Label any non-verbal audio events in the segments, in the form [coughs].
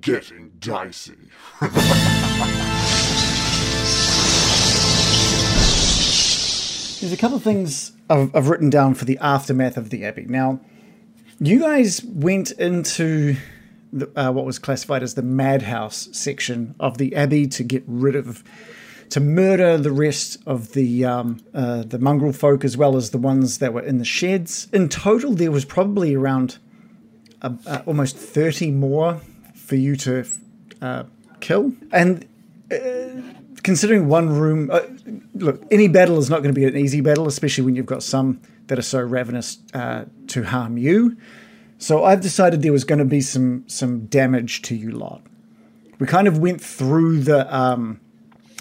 getting dicey. There's a couple of things I've, I've written down for the aftermath of the Abbey. Now, you guys went into the, uh, what was classified as the madhouse section of the Abbey to get rid of, to murder the rest of the um, uh, the mongrel folk as well as the ones that were in the sheds. In total, there was probably around uh, uh, almost thirty more for you to uh, kill. And considering one room, uh, look, any battle is not going to be an easy battle, especially when you've got some that are so ravenous uh, to harm you. So I've decided there was going to be some some damage to you lot. We kind of went through the, um,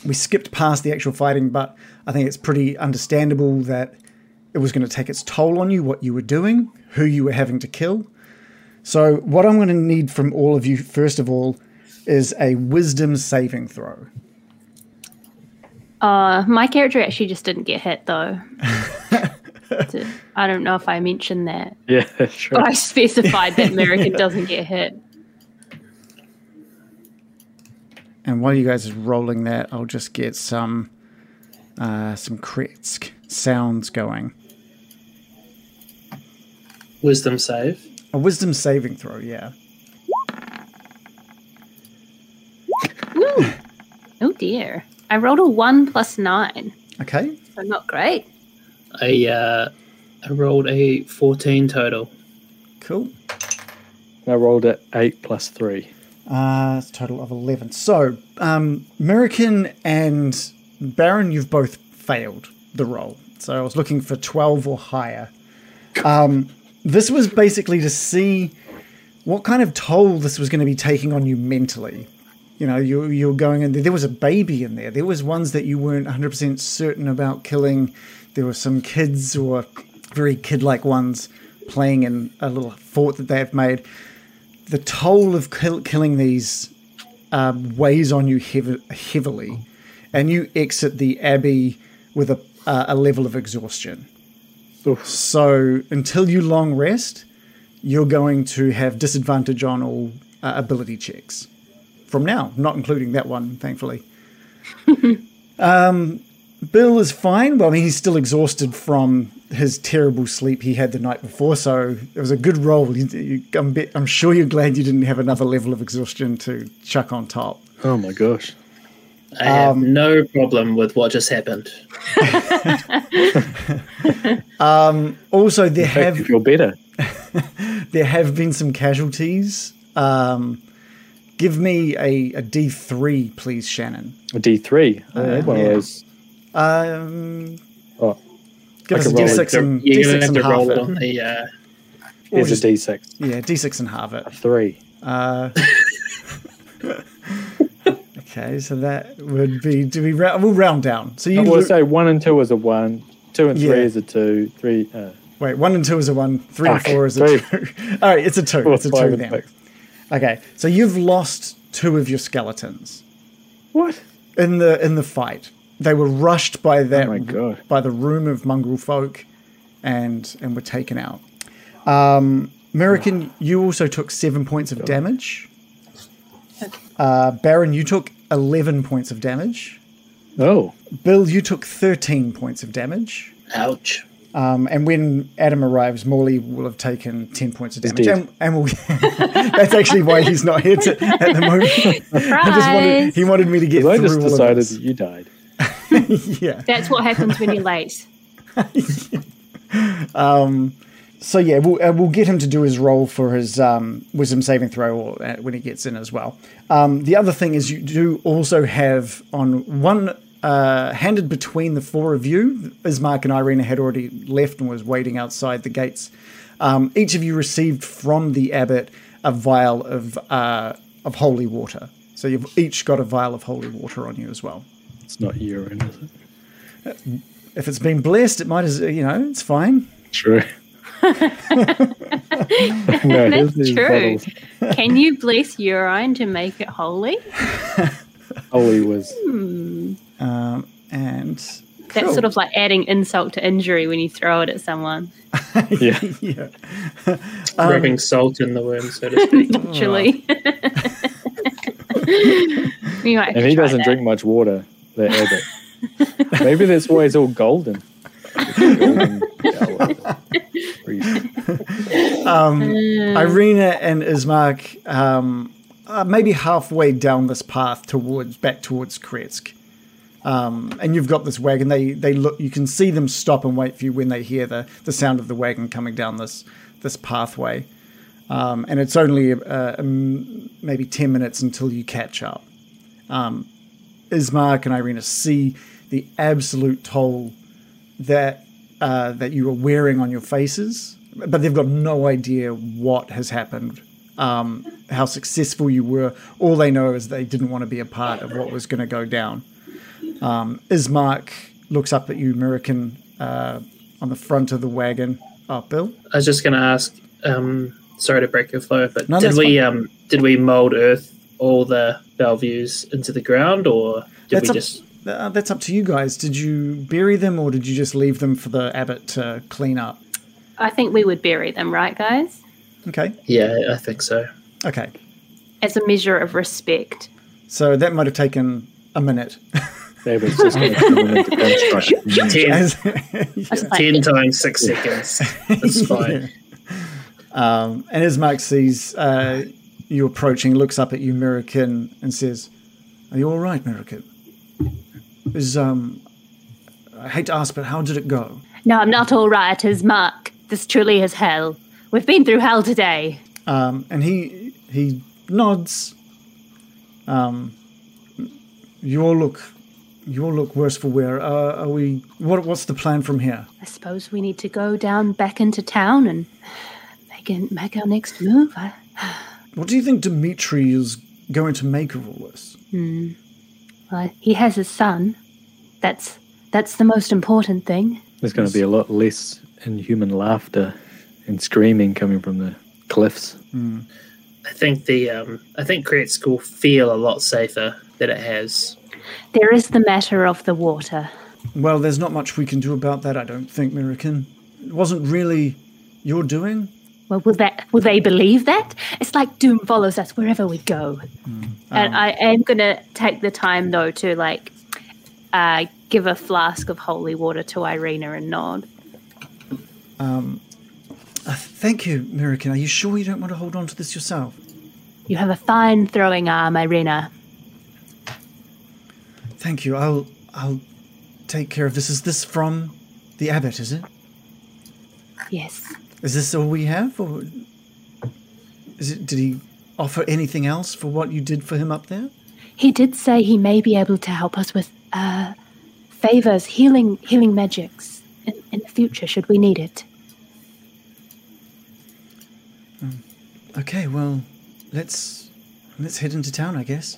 we skipped past the actual fighting, but I think it's pretty understandable that it was going to take its toll on you, what you were doing, who you were having to kill. So what I'm going to need from all of you, first of all, is a wisdom saving throw. Uh, my character actually just didn't get hit though. [laughs] So, I don't know if I mentioned that. Yeah, sure. But I specified [laughs] that American doesn't get hit. And while you guys are rolling that, I'll just get some uh, some crits sounds going. Wisdom save. A wisdom saving throw, yeah. Woo! Oh dear. I rolled a one plus nine, Okay. so not great. I uh, I rolled a fourteen total. Cool. I rolled at eight plus three. Uh, it's a total of 11. So, um, American and Baron, you've both failed the roll. So, I was looking for 12 or higher. Um, this was basically to see what kind of toll this was going to be taking on you mentally. You know, you, you were going in there. There was a baby in there. There was ones that you weren't 100% certain about killing. There were some kids or very kid like ones playing in a little fort that they have made the toll of kill- killing these um, weighs on you heav- heavily, and you exit the abbey with a, uh, a level of exhaustion. So until you long rest, you're going to have disadvantage on all uh, ability checks from now, not including that one, thankfully. um, Bill is fine. Well, I mean, he's still exhausted from his terrible sleep he had the night before, so it was a good roll. You, you, I'm, bit, I'm sure you're glad you didn't have another level of exhaustion to chuck on top. Oh my gosh. I have Um, no problem with what just happened. Also, there In fact, have you feel better. there have been some casualties. Um, give me a, a D three, please, Shannon. A D three. I had one of those. Um, Oh, give us a could roll D it. six and You're D gonna six and have to half roll on it. the. Uh, here's just- a D six. Yeah, D six and half it. Three. Okay, so that would be. Do we round? We'll round down. So you I will lo- say one and two is a one, two and Yeah. three is a two, three. Uh, wait. One and two is a one. Three and Fuck, four is a three. two. [laughs] All right, it's a two. four, it's a five, two and then. six. Okay, so you've lost two of your skeletons What? in the in the fight. They were rushed by that Oh my God. by the room of mongrel folk, and and were taken out. Um, American, you also took seven points of damage. Uh, Baron, you took eleven points of damage. Oh, Bill, you took thirteen points of damage. ouch. Um, and when Adam arrives, Morley will have taken 10 points of damage. dead. And, and we'll, [laughs] that's actually why he's not here to, at the moment. I just wanted, Surprise! he wanted me to get I through just all of decided this. that you died. Yeah. That's what happens when [laughs] you're late. So, yeah, we'll, uh, we'll get him to do his roll for his um, wisdom saving throw or, uh, when he gets in as well. Um, the other thing is, you do also have on one uh, handed between the four of you, Ismark and Irina had already left and was waiting outside the gates. Um, each of you received from the abbot a vial of uh, of holy water. So you've each got a vial of holy water on you as well. It's not urine, is it? If it's been blessed, it might as you know it's fine. [laughs] [laughs] True. no, here's That's these true. bottles. Can you bless urine to make it holy? Holy was. And [laughs] That's Cool. sort of like adding insult to injury when you throw it at someone. [laughs] Yeah. [laughs] yeah, Um, [laughs] Rubbing salt in the wound, so to speak. [laughs] Literally. We might have And to he try doesn't that. drink much water, the abbot. [laughs] Maybe that's why he's all golden. golden yellow. Reason. Irina and Ismark um, are maybe halfway down this path towards back towards Kretsk. Um, and you've got this wagon. They they look. You can see them stop and wait for you when they hear the, the sound of the wagon coming down this this pathway. Um, and it's only uh, um, maybe ten minutes until you catch up. Um, Ismark and Irina see the absolute toll that uh, that you are wearing on your faces, but they've got no idea what has happened, um, how successful you were. All they know is they didn't want to be a part of what was going to go down. Um, Ismark looks up at you, American, uh, on the front of the wagon. Oh, Bill, I was just going to ask. Um, sorry to break your flow, but No, did that's we um, did we mold Earth all the Bellevues into the ground, or did that's we up, just? uh, that's up to you guys. Did you bury them or did you just leave them for the abbot to clean up? I think we would bury them, right, guys? Okay, Yeah, I think so. okay. As a measure of respect. So that might have taken a minute. The abbot's just going to come into construct. [laughs] Ten, As- I was like, ten times [laughs] six seconds. That's fine. Um, and as Mark sees uh, you approaching, looks up at you, Mirakin, and says, "Are you all right, Mirakin? Is um, I hate to ask, but how did it go? No, I'm not all right, as Mark. This truly is hell. We've been through hell today. Um, and he he nods. Um, you all look, you all look worse for wear. Uh, are we? What what's the plan from here? I suppose we need to go down back into town and make, it, make our next move. I, What do you think Dimitri is going to make of all this? well, he has a son. That's that's the most important thing. There's going to be a lot less inhuman laughter and screaming coming from the cliffs. I think the um, I think Kretsk will feel a lot safer than it has. There is the matter of the water. Well, there's not much we can do about that, I don't think, Mirakin. It wasn't really your doing. Well, will that will they believe that? It's like doom follows us wherever we go. And I am gonna take the time though to like uh, give a flask of holy water to Irina and nod. Thank you, Mirakin. Are you sure you don't want to hold on to this yourself? You have a fine throwing arm, Irina. Thank you. I'll I'll take care of this. Is this from the abbot, is it? Yes. Is this all we have or is it did he offer anything else for what you did for him up there? He did say he may be able to help us with uh, favors, healing healing magics in, in the future should we need it. Okay, well, let's let's head into town, I guess.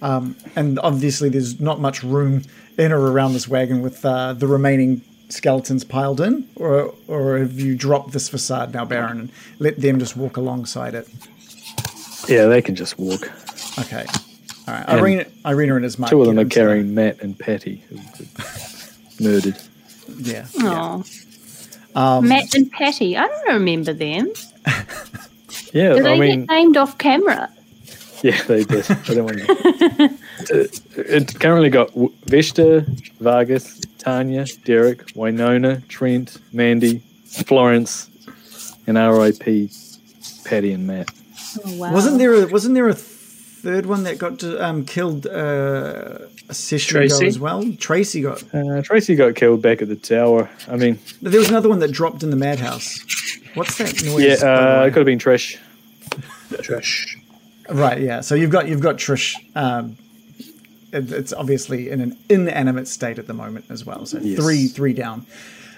Um, and obviously, there's not much room in or around this wagon with uh, the remaining skeletons piled in, or or have you dropped this facade now, Baron, and let them just walk alongside it? Yeah, they can just walk. Okay, all right. And Irina, Irina and uh, his mate. Two of them get are into- carrying Matt and Patty, who murdered. Yeah. Oh. Matt and Patty, I don't remember them. Yeah, Did I they mean, get named off camera? yeah, they did. I don't want to. It- It currently got W- Vesta, Vargas, Tanya, Derek, Winona, Trent, Mandy, Florence, and RIP, Patty and Matt. Oh, wow. Wasn't there a, wasn't there a third one that got um, killed uh, a session ago Tracy? as well? Tracy got. Uh, Tracy got killed back at the tower. I mean, There was another one that dropped in the madhouse. What's that noise? yeah, by the uh, way? it could have been Trish. Trish. Right. Yeah. So you've got you've got Trish. Um, it- it's obviously in an inanimate state at the moment as well. So Yes. three three down.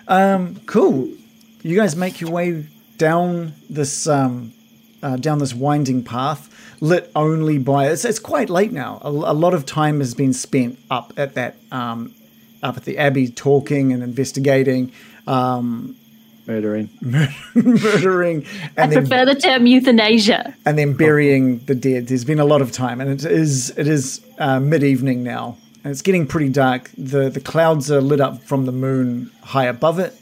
Um, cool. You guys make your way down this um, uh, down this winding path lit only by it's, it's quite late now. A, a lot of time has been spent up at that um, up at the abbey talking and investigating, [laughs] Murdering. murdering, I and then prefer the term euthanasia. and then burying the dead. There's been a lot of time, and it is it is uh, mid evening now, and it's getting pretty dark. the The clouds are lit up from the moon high above it,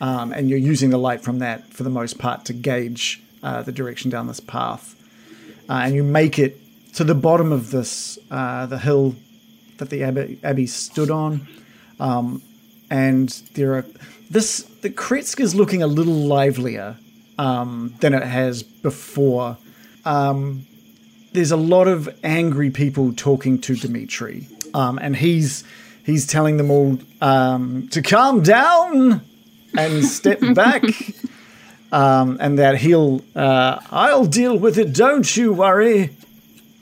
um, and you're using the light from that for the most part to gauge uh, the direction down this path. Uh, and you make it to the bottom of this uh, the hill that the abbey, abbey stood on, um, and there are this the Kretsk is looking a little livelier um, than it has before. Um, there's a lot of angry people talking to Dimitri, um, and he's he's telling them all um, to calm down and [laughs] step back um, and that he'll uh, I'll deal with it. Don't you worry,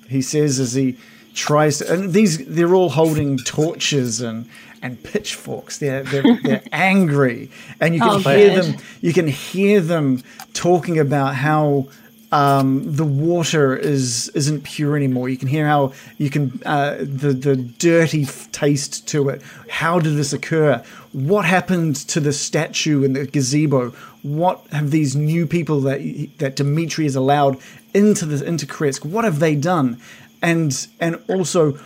he says as he tries to. And these they're all holding torches and and pitchforks. They're they're, [laughs] they're angry, and you can Oh, hear good. them. You can hear them talking about how. Um, the water is isn't pure anymore. You can hear how you can uh, the the dirty f- taste to it. How did this occur? What happened to the statue in the gazebo? What have these new people that that Dimitri has allowed into the into Kresk? What have they done? And and also,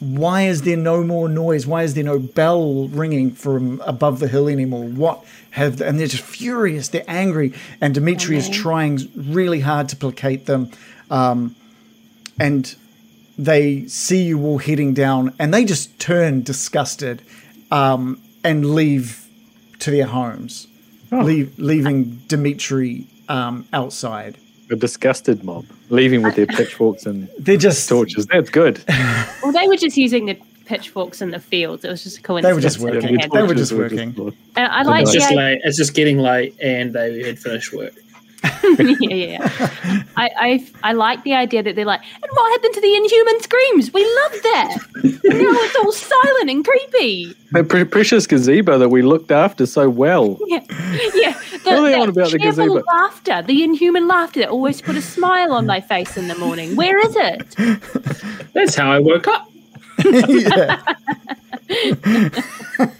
why is there no more noise? Why is there no bell ringing from above the hill anymore? What have and they're just furious. They're angry, and Dimitri is trying really hard to placate them, um, and they see you all heading down, and they just turn disgusted um, and leave to their homes, leave, leaving Dimitri um, outside. A disgusted mob, leaving with their pitchforks and They're just torches. That's good. Well, they were just using the pitchforks in the fields. It was just a they coincidence. were just that working. had They them. were just Torches working. And I like It's the just idea- late. It's just getting late, and they had finished work. yeah, yeah. yeah. I, I, I like the idea that they're like, and what happened to the inhuman screams? We love that. now it's all silent and creepy. The pre- precious gazebo that we looked after so well. Yeah, yeah. The, What are they that on about the cheerful gazebo? laughter, the inhuman laughter that always put a smile on my face in the morning. Where is it? That's how I woke up. [laughs] yeah.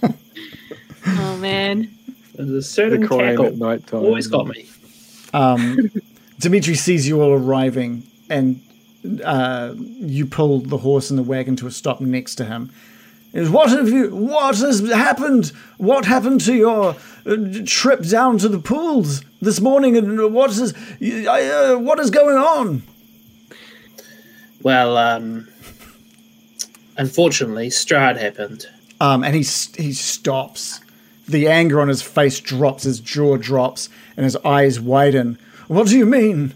Oh man. There's a The certain crying cackle at night time. always got me. Um, Dimitri sees you all arriving, and uh, you pull the horse and the wagon to a stop next to him. He goes, What have you? What has happened? What happened to your uh, trip down to the pools this morning? And what is you- I, uh, what is going on? Well, um, unfortunately, Strad happened. Um, and he s- he stops. The anger on his face drops, his jaw drops, and his eyes widen. What do you mean?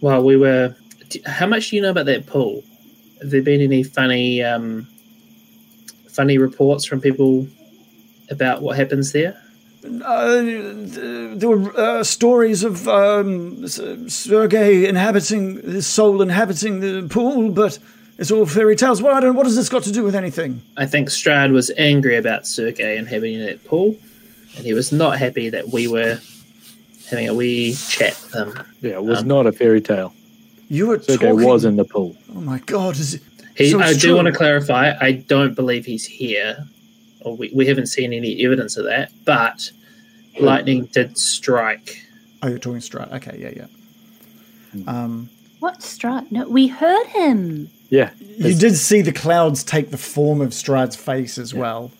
Well, we were. d- How much do you know about that pool? Have there been any funny, um, funny reports from people about what happens there? uh, th- there were uh, stories of um, S- Sergei inhabiting his soul inhabiting the pool, but it's all fairy tales. Well, I don't. What has this got to do with anything? I think Strad was angry about Sergei and having that pool, and he was not happy that we were having a wee chat with him. Yeah, it was not a fairy tale. You were Sergei talking. was in the pool. Oh my god! Is it? He, So it's I do true. want to clarify. I don't believe he's here, or we, we haven't seen any evidence of that. But lightning did strike. Oh, you're talking Strat. Okay, yeah, yeah. Um, What strut? No, we heard him. Yeah. you did see the clouds take the form of Strad's face as well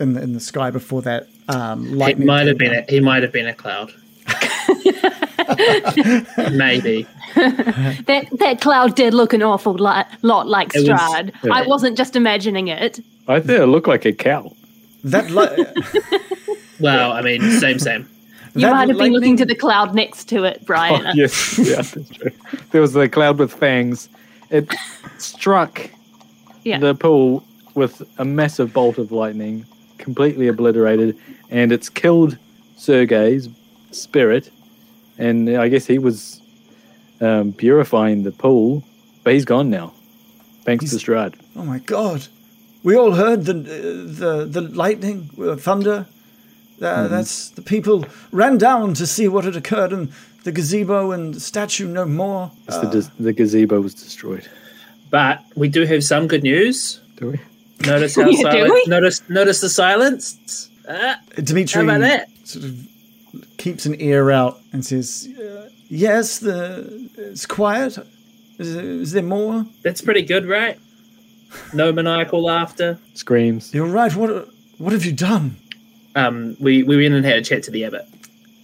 in the, in the sky before that um, It lightning. might have came been. down. A, he might have been a [laughs] cloud. Maybe That that cloud did look an awful lot, lot like It was- Strad. yeah. I wasn't just imagining it. I think it looked like a cow. [laughs] That li- Well, I mean, same, same. You That might have been lightning- looking to the cloud next to it, Brian. Oh, [laughs] yes. Yeah, that's true. There was the cloud with fangs. It struck Yeah. the pool with a massive bolt of lightning, completely obliterated, and it's killed Sergei's spirit. And I guess he was um, purifying the pool, but he's gone now, thanks to He's- Strad. Oh my god! We all heard the uh, the the lightning, uh, thunder. Uh, Hmm. That's the people ran down to see what had occurred, and the gazebo and the statue no more. Uh, It's the, dis- the gazebo was destroyed. But we do have some good news. Do we? Notice how [laughs] Yeah, do we? silent. Notice, notice the silence. Ah, Dimitri how about that? sort of keeps an ear out and says, uh, "Yes, the it's quiet. Is, is there more? That's pretty good, right? No maniacal laughter. Screams. You're right. What what have you done?" Um, we we went and had a chat to the abbot.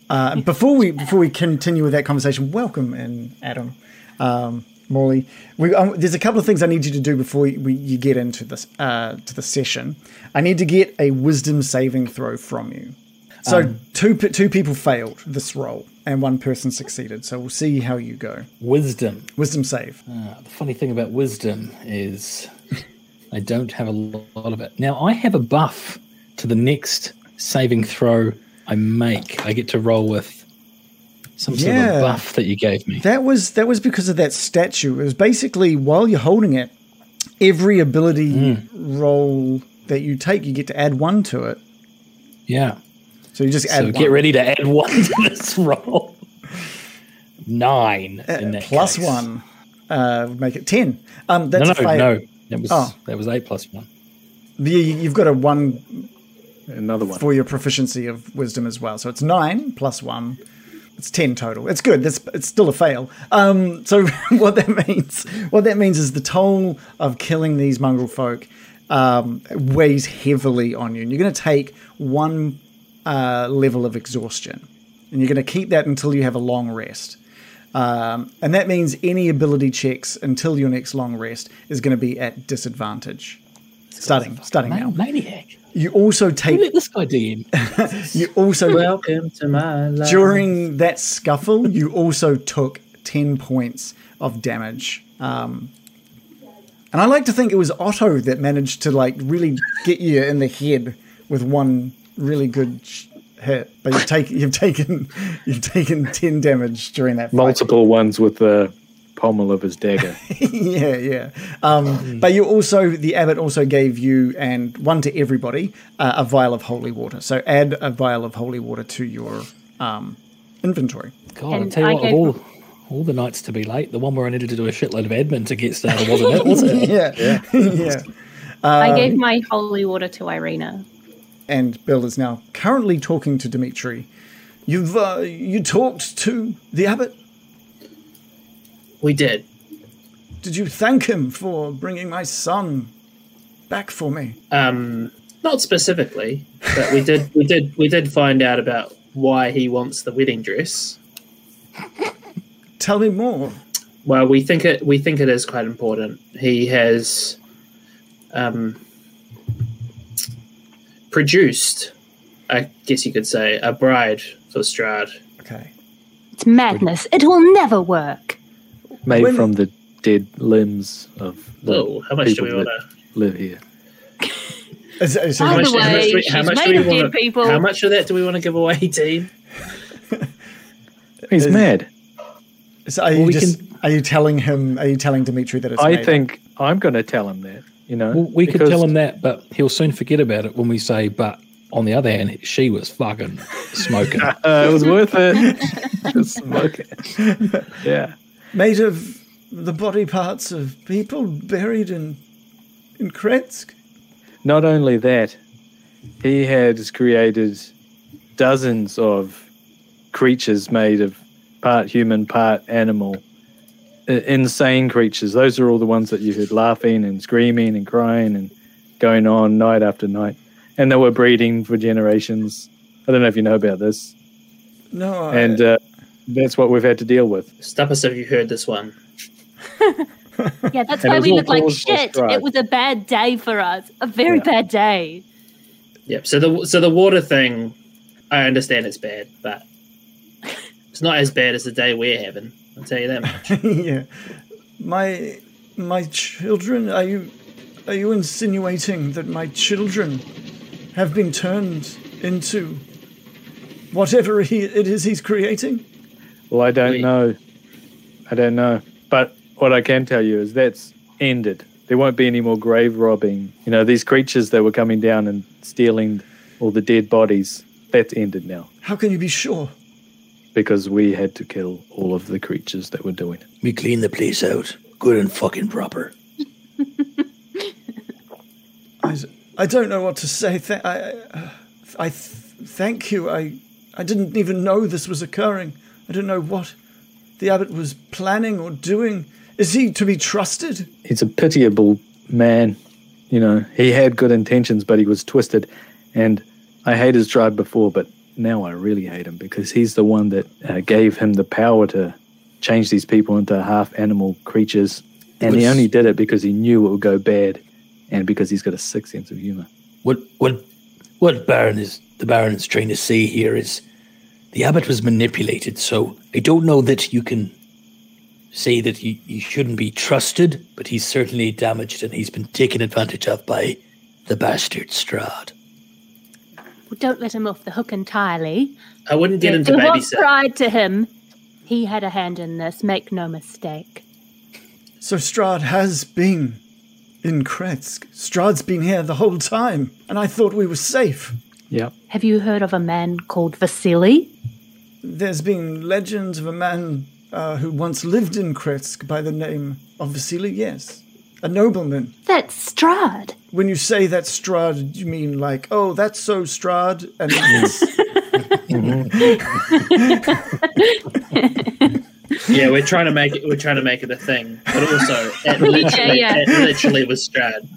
Uh, before we before we continue with that conversation, welcome and Adam. Um, Morley. We, um, there's a couple of things I need you to do before you, we, you get into this uh, to the session. I need to get a wisdom saving throw from you. So Um, two pe- two people failed this roll and one person succeeded. So we'll see how you go. Wisdom. Wisdom save. Uh, the funny thing about wisdom is I don't have a lot of it. Now, I have a buff to the next saving throw I make. I get to roll with some sort of Yeah. a buff that you gave me. That was that was because of that statue. It was basically while you're holding it, every ability Mm. roll that you take, you get to add one to it. yeah. So you just add So one. get ready to add [laughs] one to this roll. Nine. in that Uh, Plus case. one. Uh, would make it ten. Um, that's No, a no, fail. no. That was Oh. that was eight plus one. You, you've got a one Another one. for your proficiency of wisdom as well. So it's nine plus one. It's ten total. It's good. That's it's still a fail. Um, so [laughs] what that means, what that means is the toll of killing these mongrel folk um, weighs heavily on you, and you're going to take one uh, level of exhaustion, and you're going to keep that until you have a long rest. Um, and that means any ability checks until your next long rest is going to be at disadvantage. Starting, starting Ma- now. Maniac. You also Who take. let this guy DM? You also Welcome to my life. during that scuffle, you also took 10 points of damage. Um, and I like to think it was Otto that managed to like really get you in the head with one really good sh- hit, but you've taken you've taken [laughs] you've taken 10 damage during that fight. Multiple ones with the pommel of his dagger. [laughs] yeah, yeah. Um, but you also the abbot also gave you and one to everybody uh, a vial of holy water. So add a vial of holy water to your um, inventory. [laughs] God, I And tell I you what, of gave- all, all the nights to be late, the one where I needed to do a shitload of admin to get started wasn't it, was it? Yeah, [laughs] yeah. um, I gave my holy water to Irina. and Bill is now currently talking to Dimitri. You've uh, you talked to the abbot. We did. Did you thank him for bringing my son back for me? Um, not specifically, but we did. We did. We did find out about why he wants the wedding dress. Tell me more. Well, we think it. We think it is quite important. He has um, produced, I guess you could say, a bride for Strad. Okay. It's madness. It will never work. [laughs] Made When- from the dead limbs of the Oh, how much do people we that want to? live here. Is- is- By How the much, how much, way, do we- how she's much made do we of dead wanna- people. How much of that do we want to give away, Dean? He's mad. is- are you we just, are you telling him? Are you telling Dimitri that it's? made I up? think I'm going to tell him that. You know, [laughs] Well, we could because tell him that, but he'll soon forget about it when we say, but on the other hand, she was fucking smoking. uh, it was worth it. [laughs] [laughs] [laughs] Smoke it. yeah, made of the body parts of people buried in in Kretsk. not only that, he has created dozens of creatures made of part human, part animal. I- insane creatures. Those are all the ones that you heard laughing and screaming and crying and going on night after night. And they were breeding for generations. I don't know if you know about this. No, I- And uh, that's what we've had to deal with. Stop us if you heard this one. Yeah, And that's it why was we all look like caused by shit. strike. It was a bad day for us. A very Yeah. bad day. Yep. So the so the water thing, I understand it's bad, but it's not as bad as the day we're having. I'll tell you that much. [laughs] yeah. My my children, are you are you insinuating that my children have been turned into whatever he, it is he's creating? Well, I don't We- know. I don't know. But what I can tell you is that's ended. There won't be any more grave robbing. You know, these creatures that were coming down and stealing all the dead bodies, that's ended now How can you be sure? because we had to kill all of the creatures that were doing it. we clean the place out good and fucking proper. I, I don't know what to say. Th- I I- I th- thank you. I I didn't even know this was occurring. I don't know what the abbot was planning or doing. Is he to be trusted? He's a pitiable man. You know, he had good intentions, but he was twisted. And I hated his tribe before, but now I really hate him because he's the one that uh, gave him the power to change these people into half animal creatures. And Which- he only did it because he knew it would go bad and because he's got a sick sense of humor. What what what Baron is the Baron is trying to say here is the abbot was manipulated, so I don't know that you can say that he, he shouldn't be trusted, but he's certainly damaged and he's been taken advantage of by the bastard Strahd. Well, don't let him off the hook entirely. I wouldn't get into it was babysit. pride to him. He had a hand in this. Make no mistake. So Strahd has been in Kretsk. Strahd's been here the whole time, and I thought we were safe. Yeah. Have you heard of a man called Vasily? There's been legends of a man uh, who once lived in Kretsk by the name of Vasily, yes. A nobleman. That's Strahd. When you say that Strahd, you mean like, oh, that's so Strahd, and it's Yeah, we're trying to make it. We're trying to make it a thing, but [laughs] also it literally, yeah. It literally was Strad.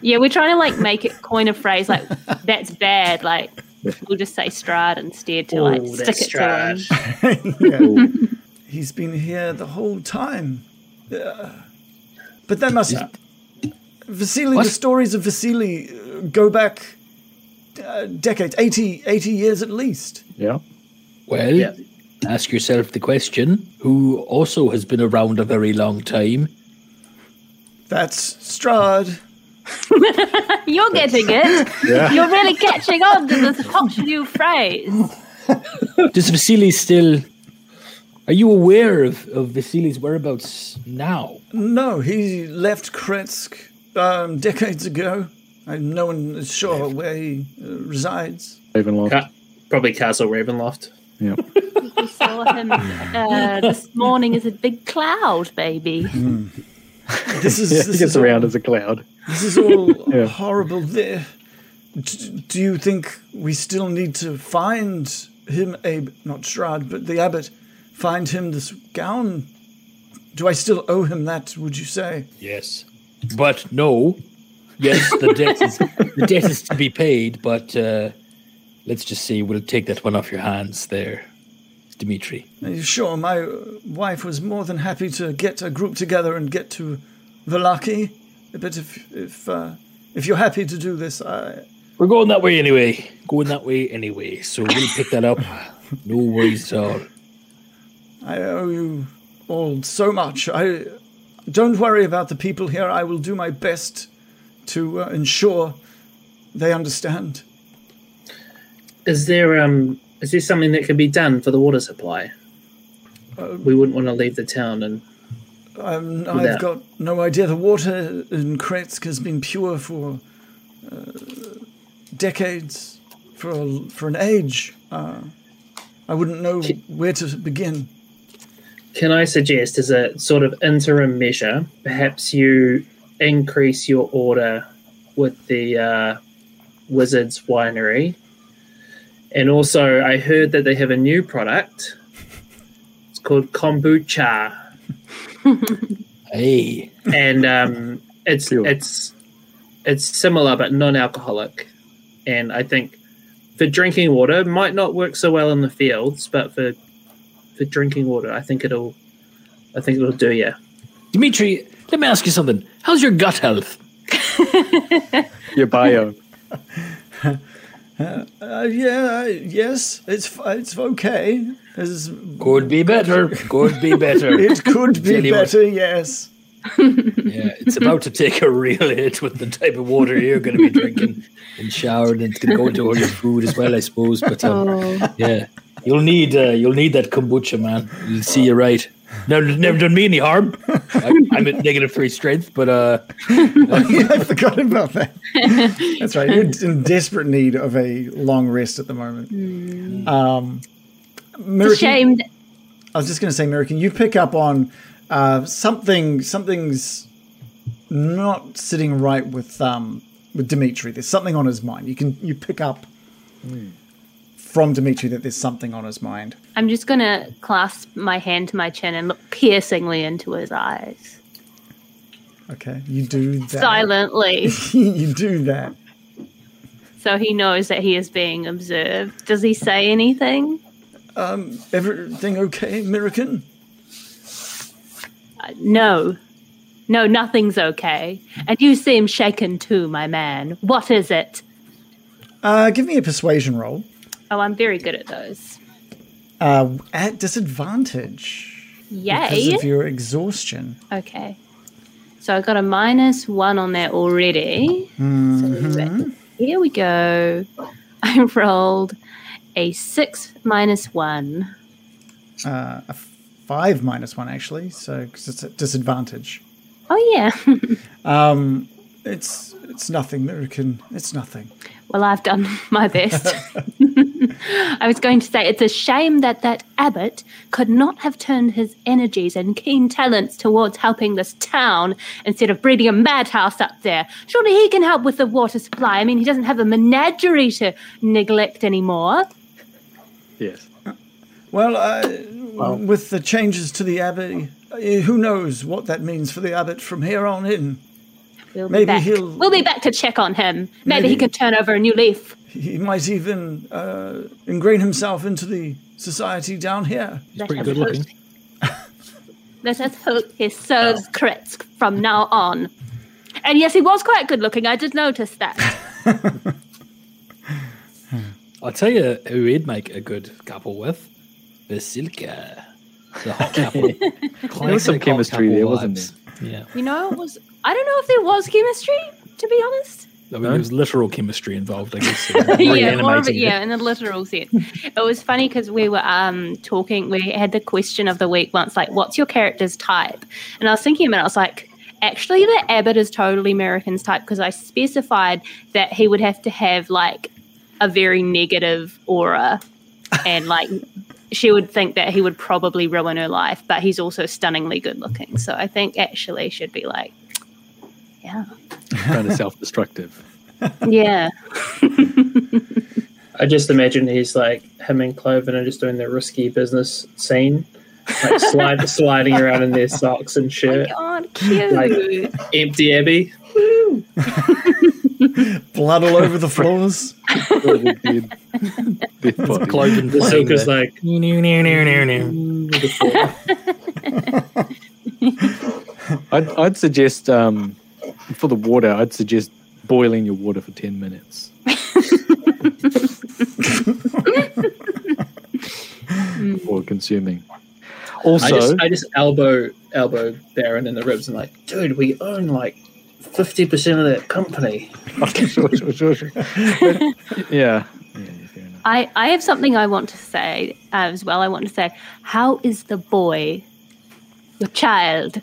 Yeah, we're trying to like make it coin a phrase like that's bad. Like we'll just say Strahd instead to like Oh, stick that's it to him. Strad. Yeah. He's been here the whole time. Yeah. But that must. Vasily, What? the stories of Vasily uh, go back uh, decades, 80, 80 years at least. Yeah. Well, Yeah. ask yourself the question who also has been around a very long time. That's Strahd. You're getting it. You're really catching on to this hot new phrase. Does Vasily still. Are you aware of, of Vasily's whereabouts now? No, he left Kretsk um, decades ago. I, no one is sure where he uh, resides. Even lost. Ca- Probably Castle Ravenloft. [laughs] Yeah. We saw him uh, this morning as a big cloud, baby. This is, [laughs] yeah. this He gets is all- around as a cloud. This is all Yeah. horrible. There. D- do you think we still need to find him, Abe, not Shroud, but the abbot, find him this gown? Do I still owe him that, would you say? Yes. But no. Yes, the debt is the debt is to be paid, but uh, let's just see, we'll take that one off your hands there, Dimitri. Are you sure? My uh, wife was more than happy to get a group together and get to Valaki. But if, if, uh, if you're happy to do this, I, We're going that way anyway. Going that way anyway. So we'll pick that up. No worries at all. I owe you all so much. I don't worry about the people here. I will do my best to uh, ensure they understand. Is there um? Is there something that can be done for the water supply? we wouldn't want to leave the town, and Um, Yeah. Uh, I've got no idea. The water in Kretsk has been pure for uh, decades, for a, for an age. Uh, I wouldn't know where to begin. Can I suggest, as a sort of interim measure, perhaps you increase your order with the uh, Wizards Winery? And also, I heard that they have a new product. It's called kombucha, Hey. and um, it's Sure. it's it's similar but non-alcoholic. And I think for drinking water, it might not work so well in the fields, but for for drinking water, I think it'll I think it'll do you. Dimitri, let me ask you something. How's your gut health? [laughs] Your bio. Uh, yeah, I- yes, it's f- it's okay. It's- Could be better. Could be better. [laughs] it could Tell be you what. better. Yes. yeah, it's about to take a real hit with the type of water you're going to [laughs] be drinking and showering, and it's going to go into all your food as well, I suppose. But um, Oh. yeah, you'll need uh, you'll need that kombucha, man. You'll see you right. No, never done me any harm. I, I'm at negative three strength, but uh, [laughs] yeah, I forgot about [laughs] that. That's right. You're in desperate need of a long rest at the moment. Um, Mm. It's a Mirakin, shame. that- I was just going to say, Mirakin, you pick up on uh, something. Something's not sitting right with um, with Dimitri. There's something on his mind. You can you pick up Hmm. from Dimitri that there's something on his mind. I'm just going to clasp my hand to my chin and look piercingly into his eyes. Okay, you do that. Silently. [laughs] you do that. so he knows that he is being observed. Does he say anything? Everything okay, Mirakin? uh, no, no, nothing's okay. And you seem shaken too, my man. What is it? Uh, give me a persuasion roll Oh, I'm very good at those. uh, at disadvantage because Yay. of your exhaustion. Okay. So I got a minus one on there already. So here we go. [laughs] I rolled a six minus one. Uh, a five minus one actually, so because it's at disadvantage. Oh, yeah. [laughs] Um, it's it's nothing that we can. It's nothing. Well, I've done [laughs] [laughs] my best. I was going to say it's a shame that that abbot could not have turned his energies and keen talents towards helping this town instead of breeding a madhouse up there. Surely he can help with the water supply. I mean, he doesn't have a menagerie to neglect anymore. Yes. Well, uh, with the changes to the abbey, uh, who knows what that means for the abbot from here on in. We'll be Maybe back. he'll- We'll be back to check on him. Maybe, he Maybe. can turn over a new leaf. He might even uh, ingrain himself into the society down here. He's Let pretty us good hope- looking. [laughs] Let us hope he serves Oh. Kretsk from now on. And yes, he was quite good looking. I did notice that. I'll tell you who he'd make a good couple with Vasilka. The [laughs] hot couple. there some chemistry there, wasn't Yeah. You know, it was I don't know if there was chemistry, to be honest. I mean, No? there was literal chemistry involved, I [laughs] guess. yeah, more of it, reanimating yeah, in a literal sense. it was funny because we were um talking. We had the question of the week once, like, "What's your character's type?" And I was thinking about, it, I was like, actually, the abbot is totally American's type because I specified that he would have to have like a very negative aura, and like. She would think that he would probably ruin her life, but he's also stunningly good looking. So I think actually she'd be like, yeah, Kind of self [laughs] destructive. yeah. I just imagine he's like him and Cloven are just doing the risky business scene, like [laughs] slide, sliding around in their socks and shirt, God, cute. like empty Abbey. Blood all over the floors. Death [laughs] body. Cloven The playing silk is the- like I'd, I'd suggest um, for the water. I'd suggest boiling your water for ten minutes. Before consuming. Also, I [laughs] just, I just elbow elbow Baron in the ribs and like, dude, we own like fifty percent of that company. Okay, sure, sure, sure, sure. But, yeah. Yeah, yeah, fair enough. I, I have something I want to say uh, as well. I want to say, how is the boy, your child?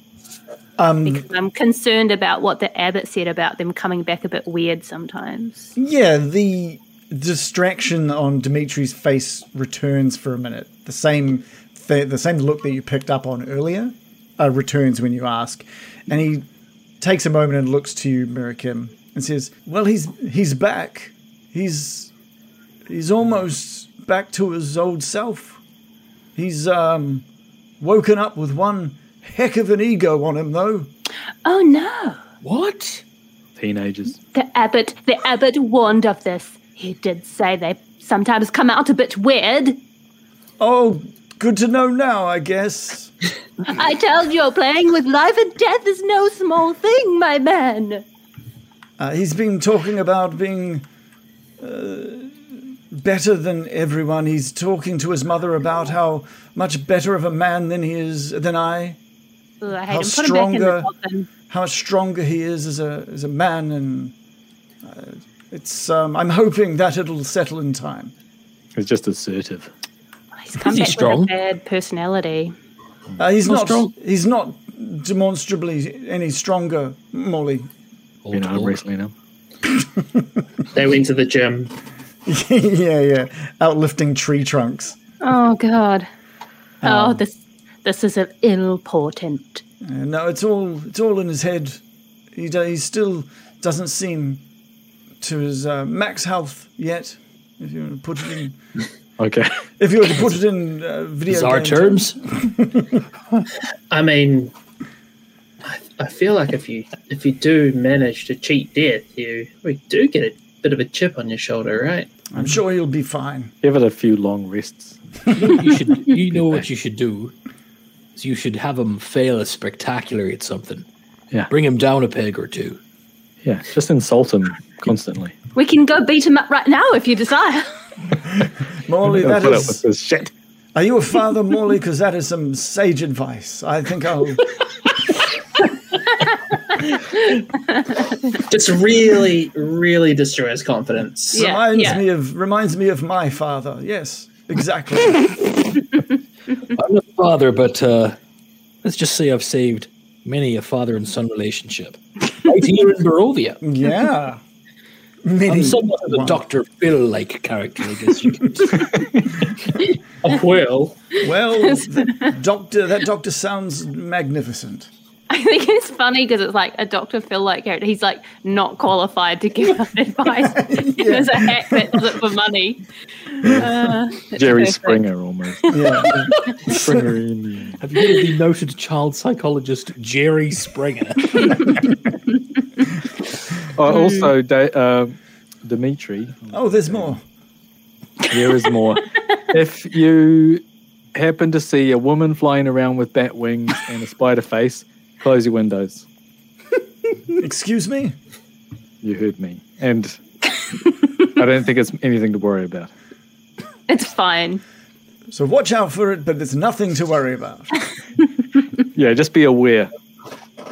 Um, Because I'm concerned about what the abbot said about them coming back a bit weird sometimes. yeah, the distraction on Dimitri's face returns for a minute. The same, th- the same look that you picked up on earlier uh, returns when you ask, and he takes a moment and looks to you, Mirakim, and says, "Well, he's he's back. He's he's almost back to his old self. He's um woken up with one heck of an ego on him, though." Oh no, What? Teenagers. the abbot the abbot warned of this. He did say they sometimes come out a bit weird. Oh, good to know now, I guess. I told you, playing with life and death is no small thing, my man. Uh, he's been talking about being uh, better than everyone. He's talking to his mother about how much better of a man than he is than I, Ooh, I hate How him. Put him back in the stronger- coffin. how much stronger he is as a as a man, and uh, it's. Um, I'm hoping that it'll settle in time. It's just assertive. He's come Is he back strong? with a bad personality. Uh, he's Not not. strong. He's not demonstrably any stronger, Molly. [laughs] You Old know, I'm dog. wrestling him. They went to the gym. yeah, yeah. Outlifting tree trunks. Oh God. Um, oh, this this is an ill portent. Uh, no, it's all it's all in his head. He do- he still doesn't seem to his uh, max health yet. If you were to put it in, Okay. [laughs] if you were to put it in uh, video Bizarre game terms. I mean, I, I feel like if you if you do manage to cheat death, you we do get a bit of a chip on your shoulder, right? I'm sure he'll be fine. Give it a few long rests. you should you know what you should do is you should have them fail a spectacular at something. Yeah. Bring them down a peg or two. Yeah, just insult him constantly. We can go beat him up right now if you desire. [laughs] Morley, Don't that put up is. with this shit. Are you a father, Morley? Because that is some sage advice. I think I'll. Just really, really destroy his confidence. [laughs] Yeah, reminds yeah. me of reminds me of my father. Yes, exactly. I'm not a father, but uh, let's just say I've saved many a father and son relationship. [laughs] Right here in Barovia. yeah. Many. I'm somewhat of a Wow. Dr. Phil like character, I guess you [laughs] could say. Oh, [laughs] well, [laughs] Well, that doctor, that doctor sounds magnificent. I think it's funny because it's like a Dr. Phil like character. He's like not qualified to give [laughs] us advice. [laughs] There's a hack that does it for money. Uh, it's Jerry perfect. Springer almost. Yeah. [laughs] Springer in Have you heard of the noted child psychologist Jerry Springer? oh, also, da- uh, Dimitri, oh, there's more. there is more. if you happen to see a woman flying around with bat wings and a spider face, close your windows. Excuse me. You heard me. And I don't think it's anything to worry about. It's fine. So watch out for it, but it's nothing to worry about. Yeah, just be aware.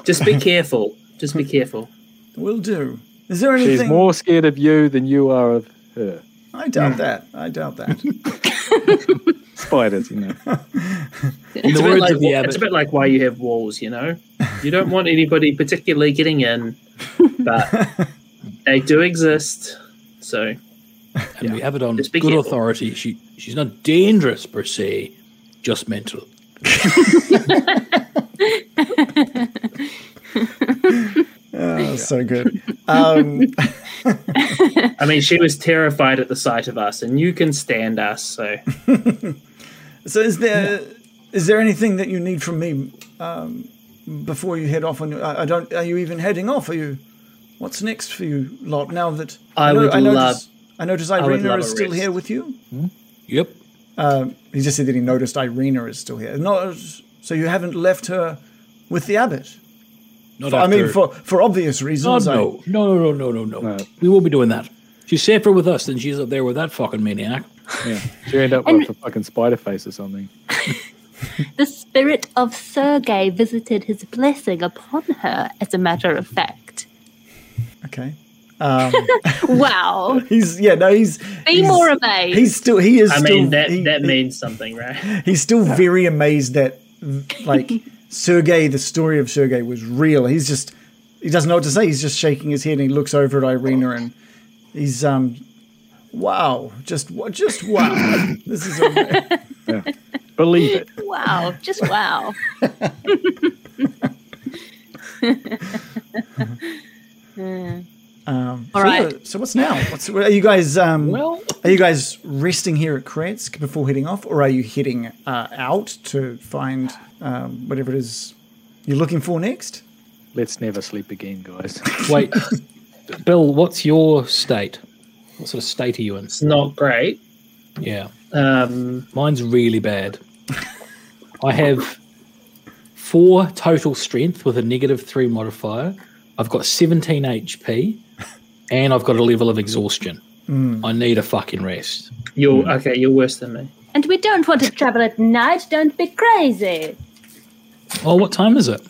just be careful. Just be careful. We'll do. Is there She's anything? more scared of you than you are of her. I doubt that. I doubt that. Spiders, you know. In It's the a, bit words like, of the it's abbot, a bit like why you have walls, you know? You don't want anybody particularly getting in, [laughs] but they do exist. So, and we have it on Just good be careful. authority, she, she's not dangerous per se, just mental. Oh, so good. Um, I mean, she was terrified at the sight of us, and you can stand us. So, so is there is there anything that you need from me um, before you head off? On your, I, I don't. Are you even heading off? Are you? What's next for you lot? Now that I would notice, love- I notice would Irina love is a still rest. here with you. Um, Yep. He just said that he noticed Irina is still here. Not so you haven't left her with the abbot. Not I mean, after- for for obvious Oh, reasons. I- no. no, no, no, no, no, No. We won't be doing that. She's safer with us than she's up there with that fucking maniac. Yeah. She end up with a fucking spider face or something. The spirit of Sergei visited his blessing upon her, as a matter of fact. okay. Wow. He's yeah. No, he's Be he's- more amazed. He's still. He is. I still, mean, that, he- that he- means something, right? he's still very amazed that [laughs] like Sergey, the story of Sergey was real. He's just he doesn't know what to say. He's just shaking his head and he looks over at Irina and he's um. Wow! Just what? [laughs] Just wow! this is ama- Yeah. Believe it. Wow. Just wow. um, All so yeah, right. so what's now? What's, are you guys? Um, Well, Are you guys resting here at Kretsk before heading off, or are you heading uh, out to find um, whatever it is you're looking for next? Let's never sleep again, guys. wait. [laughs] Bill, what's your state? What sort of state are you in? It's not great. Yeah. Um, Mine's really bad. I have four total strength with a negative three modifier. I've got 17 HP and I've got a level of exhaustion. Hmm. I need a fucking rest. Hmm. you're okay. You're worse than me. and we don't want to travel at night. Don't be crazy. Oh, what time is it?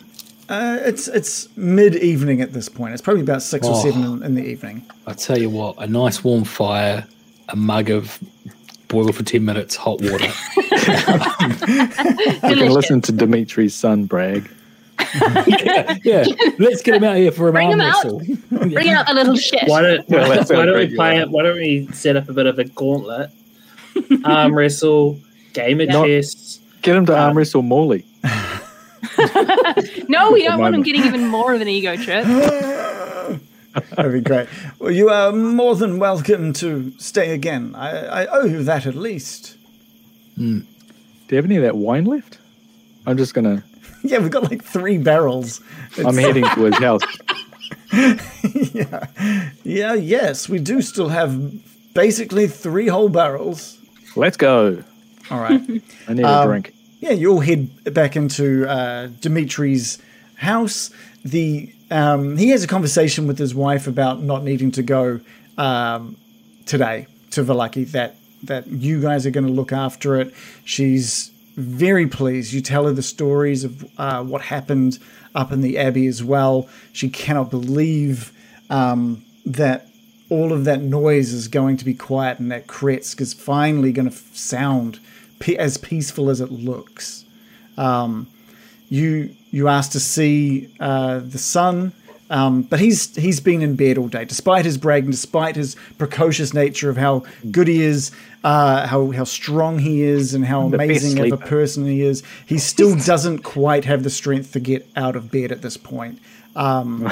Uh, it's it's mid evening at this point. It's probably about six or Oh. seven in, in the evening. I tell you what, a nice warm fire, a mug of boil for 10 minutes hot [laughs] water. You can Delicious. listen to Dimitri's son brag. yeah, yeah. Let's get him out here for an Bring arm him out. wrestle. [laughs] Bring out the little shit. [laughs] Why don't, Yeah, let's why don't celebrate we you play are. it? Why don't we set up a bit of a [laughs] gauntlet, arm wrestle, game of Not- chess? Get him to arm wrestle Morley. No, we don't the want him moment. getting even more of an ego trip. That'd be great. Well, you are more than welcome to stay again. I, I owe you that at least. Do you have any of that wine left? I'm just gonna. Yeah, we've got like three barrels. I'm heading to [laughs] his house. Yeah, yes, we do still have basically three whole barrels. Let's go. All right. Um, I need a drink. yeah, you all head back into uh, Dimitri's house. The um, he has a conversation with his wife about not needing to go um, today to Valaki. That that you guys are going to look after it. She's very pleased. You tell her the stories of uh, what happened up in the abbey as well. She cannot believe um, that all of that noise is going to be quiet and that Kretsk is finally going to sound pe- as peaceful as it looks. Um, you you asked to see uh, the sun, um, but he's he's been in bed all day, despite his bragging, despite his precocious nature of how good he is, uh, how how strong he is, and how the best amazing of a sleeper. person he is. He still doesn't quite have the strength to get out of bed at this point. Um,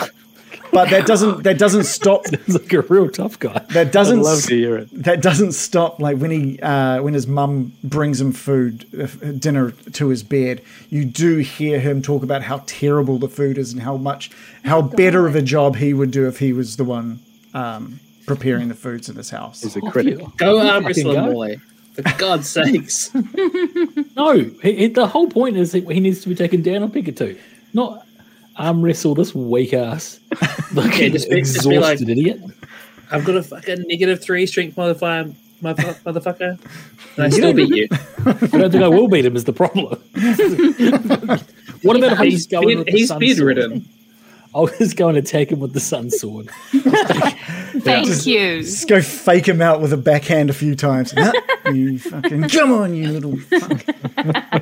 but that doesn't that doesn't stop He's like a real tough guy. that doesn't I'd love to hear it. that doesn't stop like when he uh, when his mum brings him food uh, dinner to his bed you do hear him talk about how terrible the food is and how much how better of a job he would do if he was the one um, preparing the foods in this house He's a critic. Oh, Go arm fucking wrestle go. him, Wally. For God's sakes. No, he, he- the whole point is that he needs to be taken down on Pikachu, not arm wrestle this [laughs] weak ass, fucking just be- just be exhausted like- idiot. I've got a fucking negative three strength modifier, motherfu- motherfucker. And I still beat you. I don't think I will beat him. Is [laughs] the problem? what about if I He's, just go in bed, with the he's sun sword? bedridden. I'll just go and attack him with the sun sword. Thank you. just go fake him out with a backhand a few times [laughs] Huh? you fucking come on you little fuck [laughs]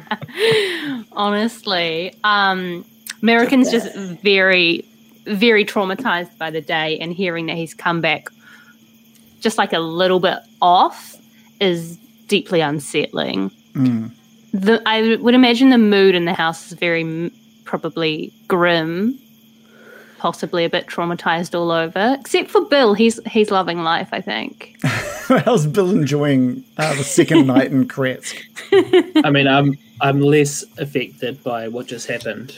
Honestly, um, American's just very, very traumatized by the day, and hearing that he's come back just like a little bit off is deeply unsettling. Mm. The, I would imagine the mood in the house is very m- probably grim, possibly a bit traumatized all over. Except for Bill, he's he's loving life. I think. how's Bill enjoying uh, the second night in Kretsk I mean, I'm I'm less affected by what just happened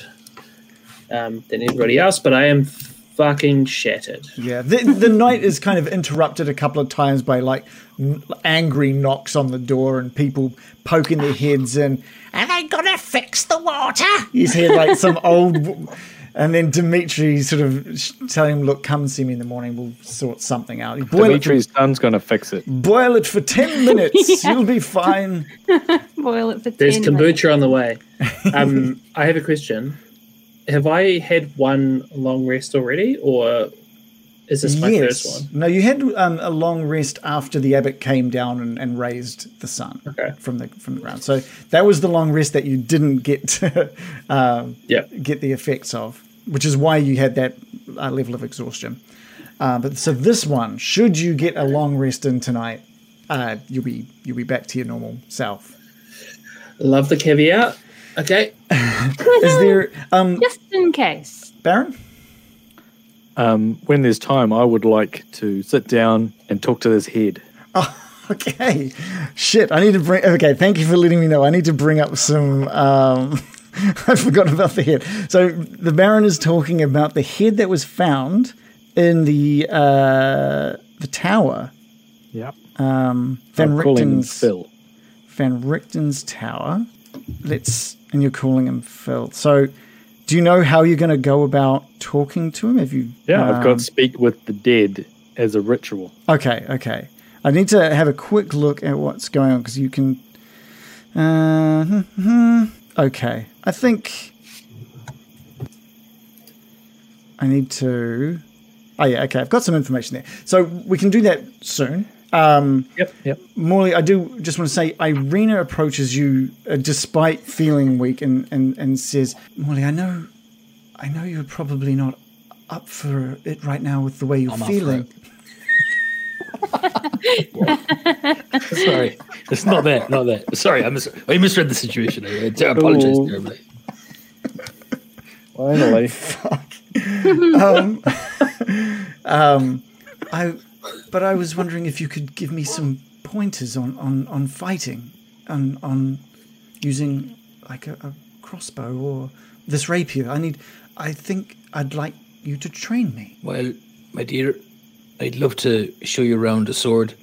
um, than everybody else, but I am fucking shattered. Yeah, the, the night is kind of interrupted a couple of times by like n- angry knocks on the door and people poking their heads in. Are they gonna fix the water? You hear like some old, w- and then Dimitri sort of sh- telling him, "Look, come and see me in the morning. We'll sort something out. You Boil it, for, Dimitri's son's going to fix it. boil it for [laughs] ten minutes. You'll be fine." Boil it for There's ten minutes. kombucha on the way. Um, I have a question. Have I had one long rest already, or is this my yes. first one? No, you had um, a long rest after the abbot came down and, and raised the sun Okay. from the from the ground. So that was the long rest that you didn't get to um, Yeah. get the effects of, which is why you had that uh, level of exhaustion. Uh, but so this one, should you get a long rest in tonight, uh, you'll be you'll be back to your normal self. Love the caveat. Okay. Is there um, just in case. Baron? [laughs] Um, when there's time, I would like to sit down and talk to this head. Okay, shit. I need to bring. Okay, thank you for letting me know. I need to bring up some. Um, [laughs] I forgot about the head. So the Baron is talking about the head that was found in the uh, the tower, Um, Yep. Van I'm calling him Richten's Phil. Van Richten's tower. Let's and you're calling him Phil. So, do you know how you're going to go about talking to him? Have you? Yeah, I've um, got speak with the dead as a ritual. Okay, okay. I need to have a quick look at what's going on because you can. Uh, [laughs] hmm, hmm. okay, I think I need to. Oh yeah, okay. I've got some information there, so we can do that soon. Yep, yep. Morley, I do just want to say Irina approaches you uh, despite feeling weak and, and, and says, Morley, I know I know you're probably not up for it right now with the way you're I'm up for feeling. Sorry, it's not that, not that. Sorry, I, mis- I misread the situation. I I apologize Oh. terribly. Finally. I, but I was wondering if you could give me some pointers on on on fighting, on on using like a, a crossbow or this rapier. I need. I think I'd like you to train me. Well, my dear, I'd love to show you around a sword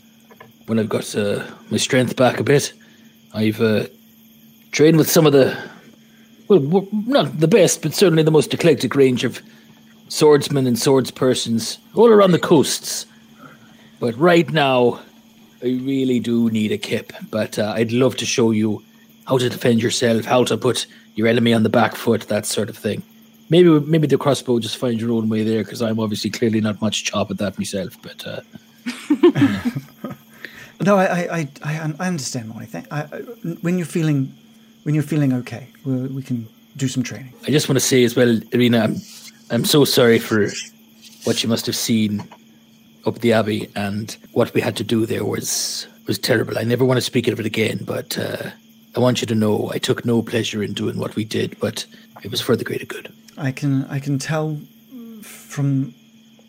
when I've got uh, my strength back a bit. I've uh, train with some of the, well, w- not the best, but certainly the most eclectic range of swordsmen and swordspersons all around the coasts. But right now, I really do need a kip. But uh, I'd love to show you how to defend yourself, how to put your enemy on the back foot, that sort of thing. Maybe maybe the crossbow just find your own way there, because I'm obviously clearly not much chop at that myself. But uh, No, I, I, I, I, un- I understand, Molly. Thank, I, I- when you're feeling, when you're feeling okay, we, we can do some training. I just want to say as well, Irina, I'm, I'm so sorry for what you must have seen up at the abbey, and what we had to do there was was terrible. I never want to speak of it again, but uh, I want you to know I took no pleasure in doing what we did, but it was for the greater good. I can, I can tell from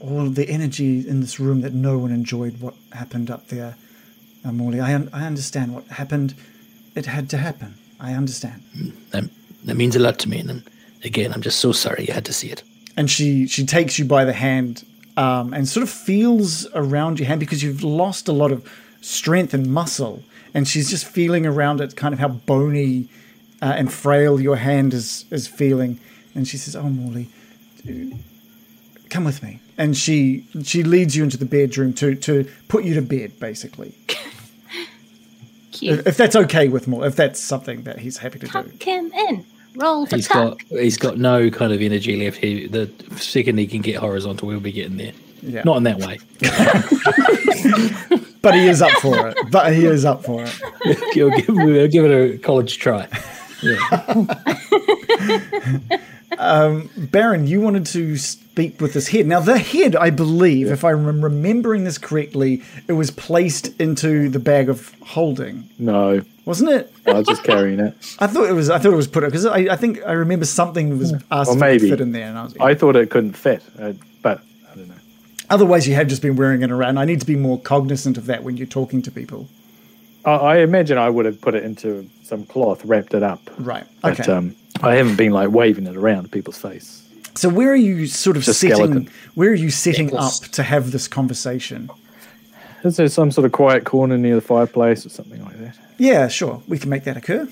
all the energy in this room that no one enjoyed what happened up there, uh, Morley. I, un- I understand what happened. It had to happen. I understand. That, that means a lot to me, and I'm- again, I'm just so sorry you had to see it. and she she takes you by the hand um, and sort of feels around your hand because you've lost a lot of strength and muscle, and she's just feeling around it, kind of how bony uh, and frail your hand is is feeling, and she says, "Oh, Morley, come with me," and she she leads you into the bedroom to to put you to bed, basically. Cute. If- If that's okay with Morley, if that's something that he's happy to do. Tuck him in. Roll the He's tuck. got he's got no kind of energy left here. The second he can get horizontal, we'll be getting there. Yeah. Not in that way. [laughs] But he is up for it. But he is up for it. We'll give, we'll give it a college try. Yeah. Baron, you wanted to speak with this head. Now, the head, I believe, if I'm remembering this correctly, it was placed into the bag of holding, [laughs] No, wasn't it? I was just carrying it. I thought it was. I thought it was put because I, I think I remember something was asked Hmm. Or if it maybe. fit in there, and I was. I thought it couldn't fit, uh, but I don't know. otherwise, you have just been wearing it around. I need to be more cognizant of that when you're talking to people. I, I imagine I would have put it into some cloth, wrapped it up. Right. But Okay. um, I haven't been like waving it around people's face. so, where are you sort of It's a setting? skeleton. Where are you setting Necklace. up to have this conversation? Is there some sort of quiet corner near the fireplace or something like that? Yeah, sure. We can make that occur.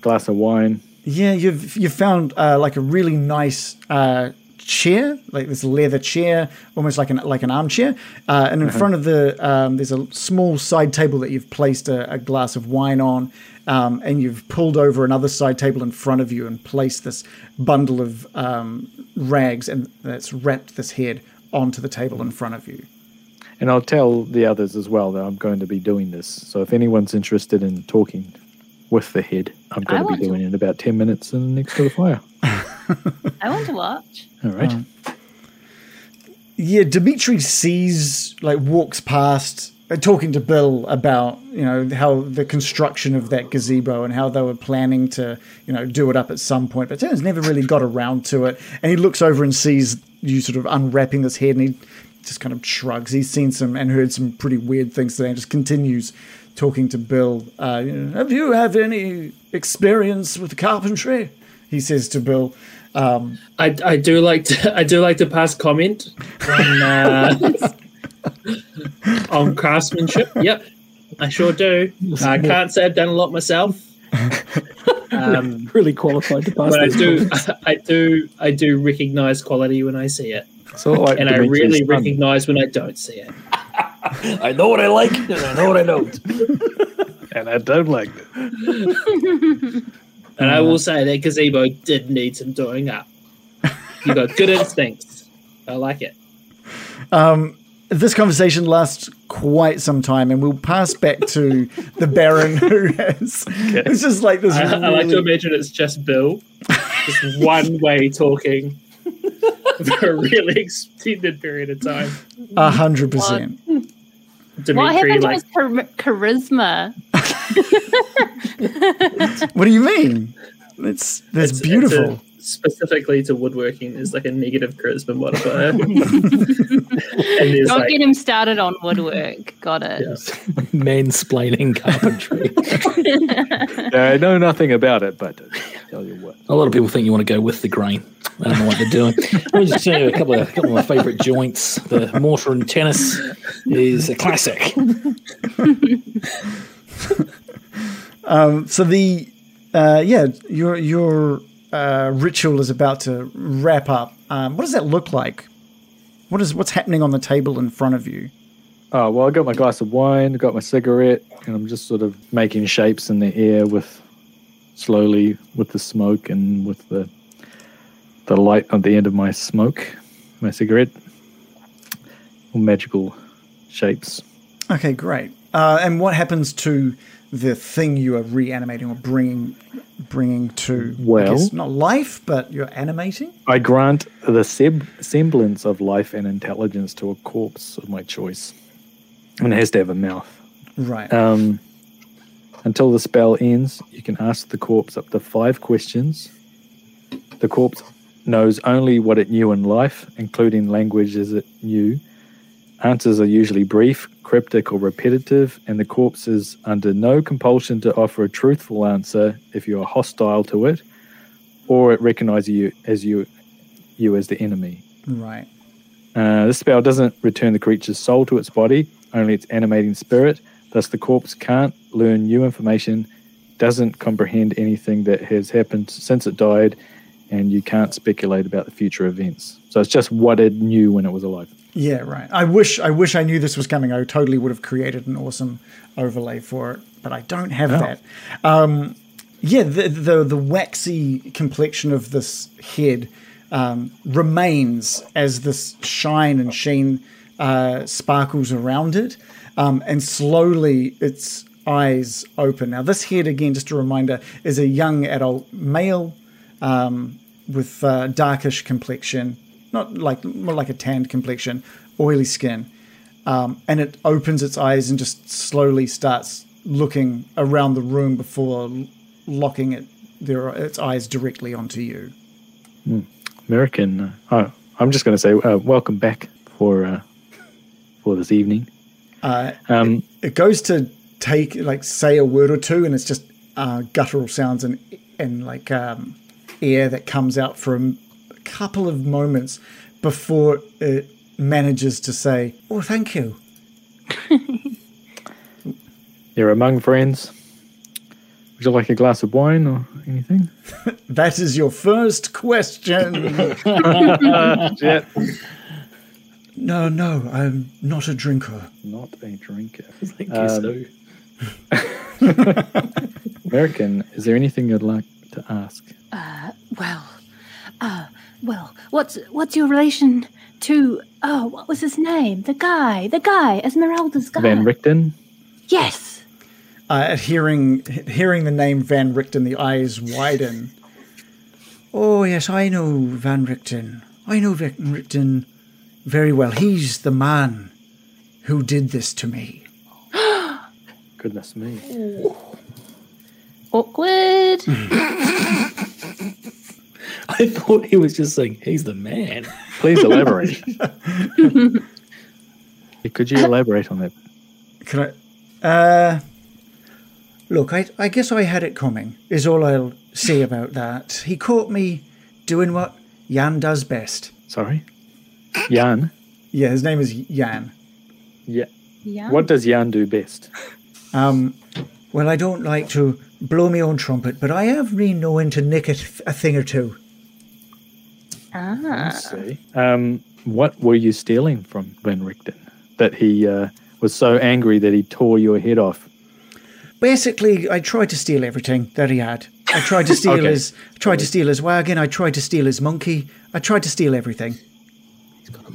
Glass of wine. Yeah, you've you've found uh, like a really nice uh, chair, like this leather chair, almost like an like an armchair. Uh, and in front of the um, there's a small side table that you've placed a, a glass of wine on, um, and you've pulled over another side table in front of you and placed this bundle of um, rags and that's wrapped this head onto the table in front of you. And I'll tell the others as well that I'm going to be doing this. So if anyone's interested in talking with the head, I'm I going to want be to. doing it in about 10 minutes and next to the fire. I want to watch. All right. Yeah, Dimitri sees, like, walks past, uh, talking to Bill about, you know, how the construction of that gazebo and how they were planning to, you know, do it up at some point, but Tim's never really got around to it. And he looks over and sees you sort of unwrapping this head, and he just kind of shrugs. He's seen some and heard some pretty weird things today, and just continues talking to Bill. Uh, you know, have you have any experience with carpentry? He says to Bill. I, I do like to [laughs] I do like to pass comment on uh, on craftsmanship. Yep, I sure do. I can't say I've done a lot myself, um, Really qualified to pass. but I this do [laughs] one. I do I do recognise quality when I see it, Sort of like and I Dimitri's really son. recognise when I don't see it. I know what I like, and I know what I don't. And I don't like it. And I will say that gazebo did need some doing up. You got good instincts. I like it. this conversation lasts quite some time, and we'll pass back to the Baron, who has it's just like this. I, I like to really- imagine it's just Bill, just one way talking for a really extended period of time. A hundred percent. What Dimitri, happened like, was char- charisma. What do you mean? It's that's it's- beautiful. it's a- specifically to woodworking, there's like a negative [laughs] charisma modifier. and there's Don't like, get him started on woodwork. Got it. Mansplaining carpentry. Yeah, I know nothing about it, but I'll tell you what. A lot of people think you want to go with the grain. I don't know what they're doing. Let me just show you a couple of, a couple of my favourite joints. The mortar and tennis is a classic. so the uh, yeah, your your uh, ritual is about to wrap up. Um, what does that look like? What is what's happening on the table in front of you? Oh, well, I got my glass of wine, got my cigarette, and I'm just sort of making shapes in the air with slowly with the smoke and with the the light at the end of my smoke, my cigarette. Magical shapes. Okay, great. Uh, and what happens to the thing you are reanimating or bringing bringing to? I Well- guess not life, but you're animating. I grant the seb- semblance of life and intelligence to a corpse of my choice. And it has to have a mouth. Right. Um, until the spell ends, you can ask the corpse up to five questions. The corpse knows only what it knew in life, including languages it knew. Answers are usually brief, cryptic, or repetitive, and the corpse is under no compulsion to offer a truthful answer if you are hostile to it, or it recognizes you as you, you as the enemy. right. Uh, this spell doesn't return the creature's soul to its body, only its animating spirit. Thus, the corpse can't learn new information, doesn't comprehend anything that has happened since it died, and you can't speculate about the future events. So it's just what it knew when it was alive. Yeah, right. I wish I wish I knew this was coming. I totally would have created an awesome overlay for it, but I don't have that. Um, yeah, the, the the waxy complexion of this head um, remains as this shine and sheen uh, sparkles around it, um, and slowly its eyes open. Now, this head again, just a reminder, is a young adult male with uh, darkish complexion, not like more like a tanned complexion, oily skin, um, and it opens its eyes and just slowly starts looking around the room before l- locking it their its eyes directly onto you. American. Uh, oh, I'm just going to say uh, welcome back for uh, for this evening. Uh, um, It goes to take like say a word or two, and it's just uh, guttural sounds and and like um, air that comes out for a m- a couple of moments before it manages to say, "Oh, thank you." you're among friends. Would you like a glass of wine or anything? That is your first question. Yeah. no, no, I'm not a drinker. Not a drinker. [laughs] Thank you, Um, Sue. American, is there anything you'd like to ask? Well, uh, well, what's what's your relation to? Oh, what was his name? The guy, the guy, Esmeralda's guy. Van Richten? yes. Uh, at hearing hearing the name Van Richten, the eyes widen. Oh yes, I know Van Richten. I know Van Richten very well. He's the man who did this to me. Goodness me. Awkward. I thought he was just saying he's the man. Please [laughs] elaborate. Could you elaborate on that? Can I? Uh, look, I, I guess I had it coming. Is all I'll say about that. He caught me doing what Jan does best. Sorry? Jan? Yeah, his name is Jan. Yeah. Yeah. What does Jan do best? Um, well, I don't like to blow my own trumpet, but I have been known to nick a, th- a thing or two. Ah. See. Um, what were you stealing from Van Richten that he uh, was so angry that he tore your head off? Basically, I tried to steal everything that he had. I tried to steal Okay. his, I tried to steal his wagon. I tried to steal his monkey. I tried to steal everything.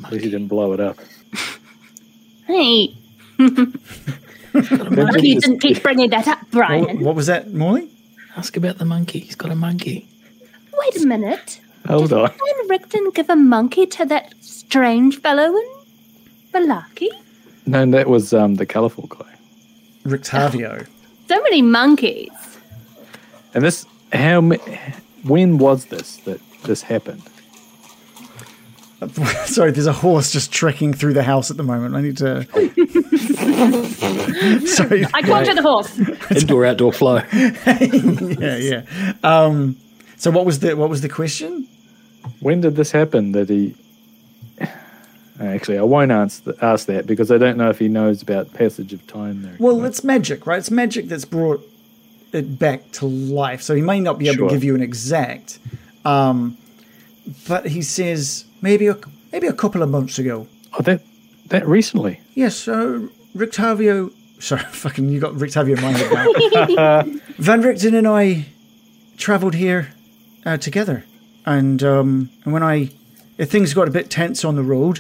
At least he didn't blow it up. Hey, Imagine you just- didn't keep bringing that up, Oh. What, Brian. what was that, Morley? Ask about the monkey. He's got a monkey. Oh. Wait a minute. Hold on. Van Richten give a monkey to that strange fellow in Balaki? No, that was um, the colourful guy. Rictavio. So many monkeys. And this, how, ma- when was this that this happened? [laughs] Sorry, there's a horse just trekking through the house at the moment. I need to. Sorry. I conjure the horse. Indoor outdoor flow. Yeah, yeah. Um, so what was the what was the question? When did this happen? That he [sighs] actually, I won't answer ask that because I don't know if he knows about passage of time. There, Well, it's magic, right? It's magic that's brought it back to life. So he may not be able Sure. to give you an exact, um, but he says maybe a, maybe a couple of months ago. Oh, that that recently. Yes, uh, Rictavio. Sorry, [laughs] fucking, you got Rictavio in my head now. Van Richten and I travelled here uh, together, and um, and when I uh, things got a bit tense on the road,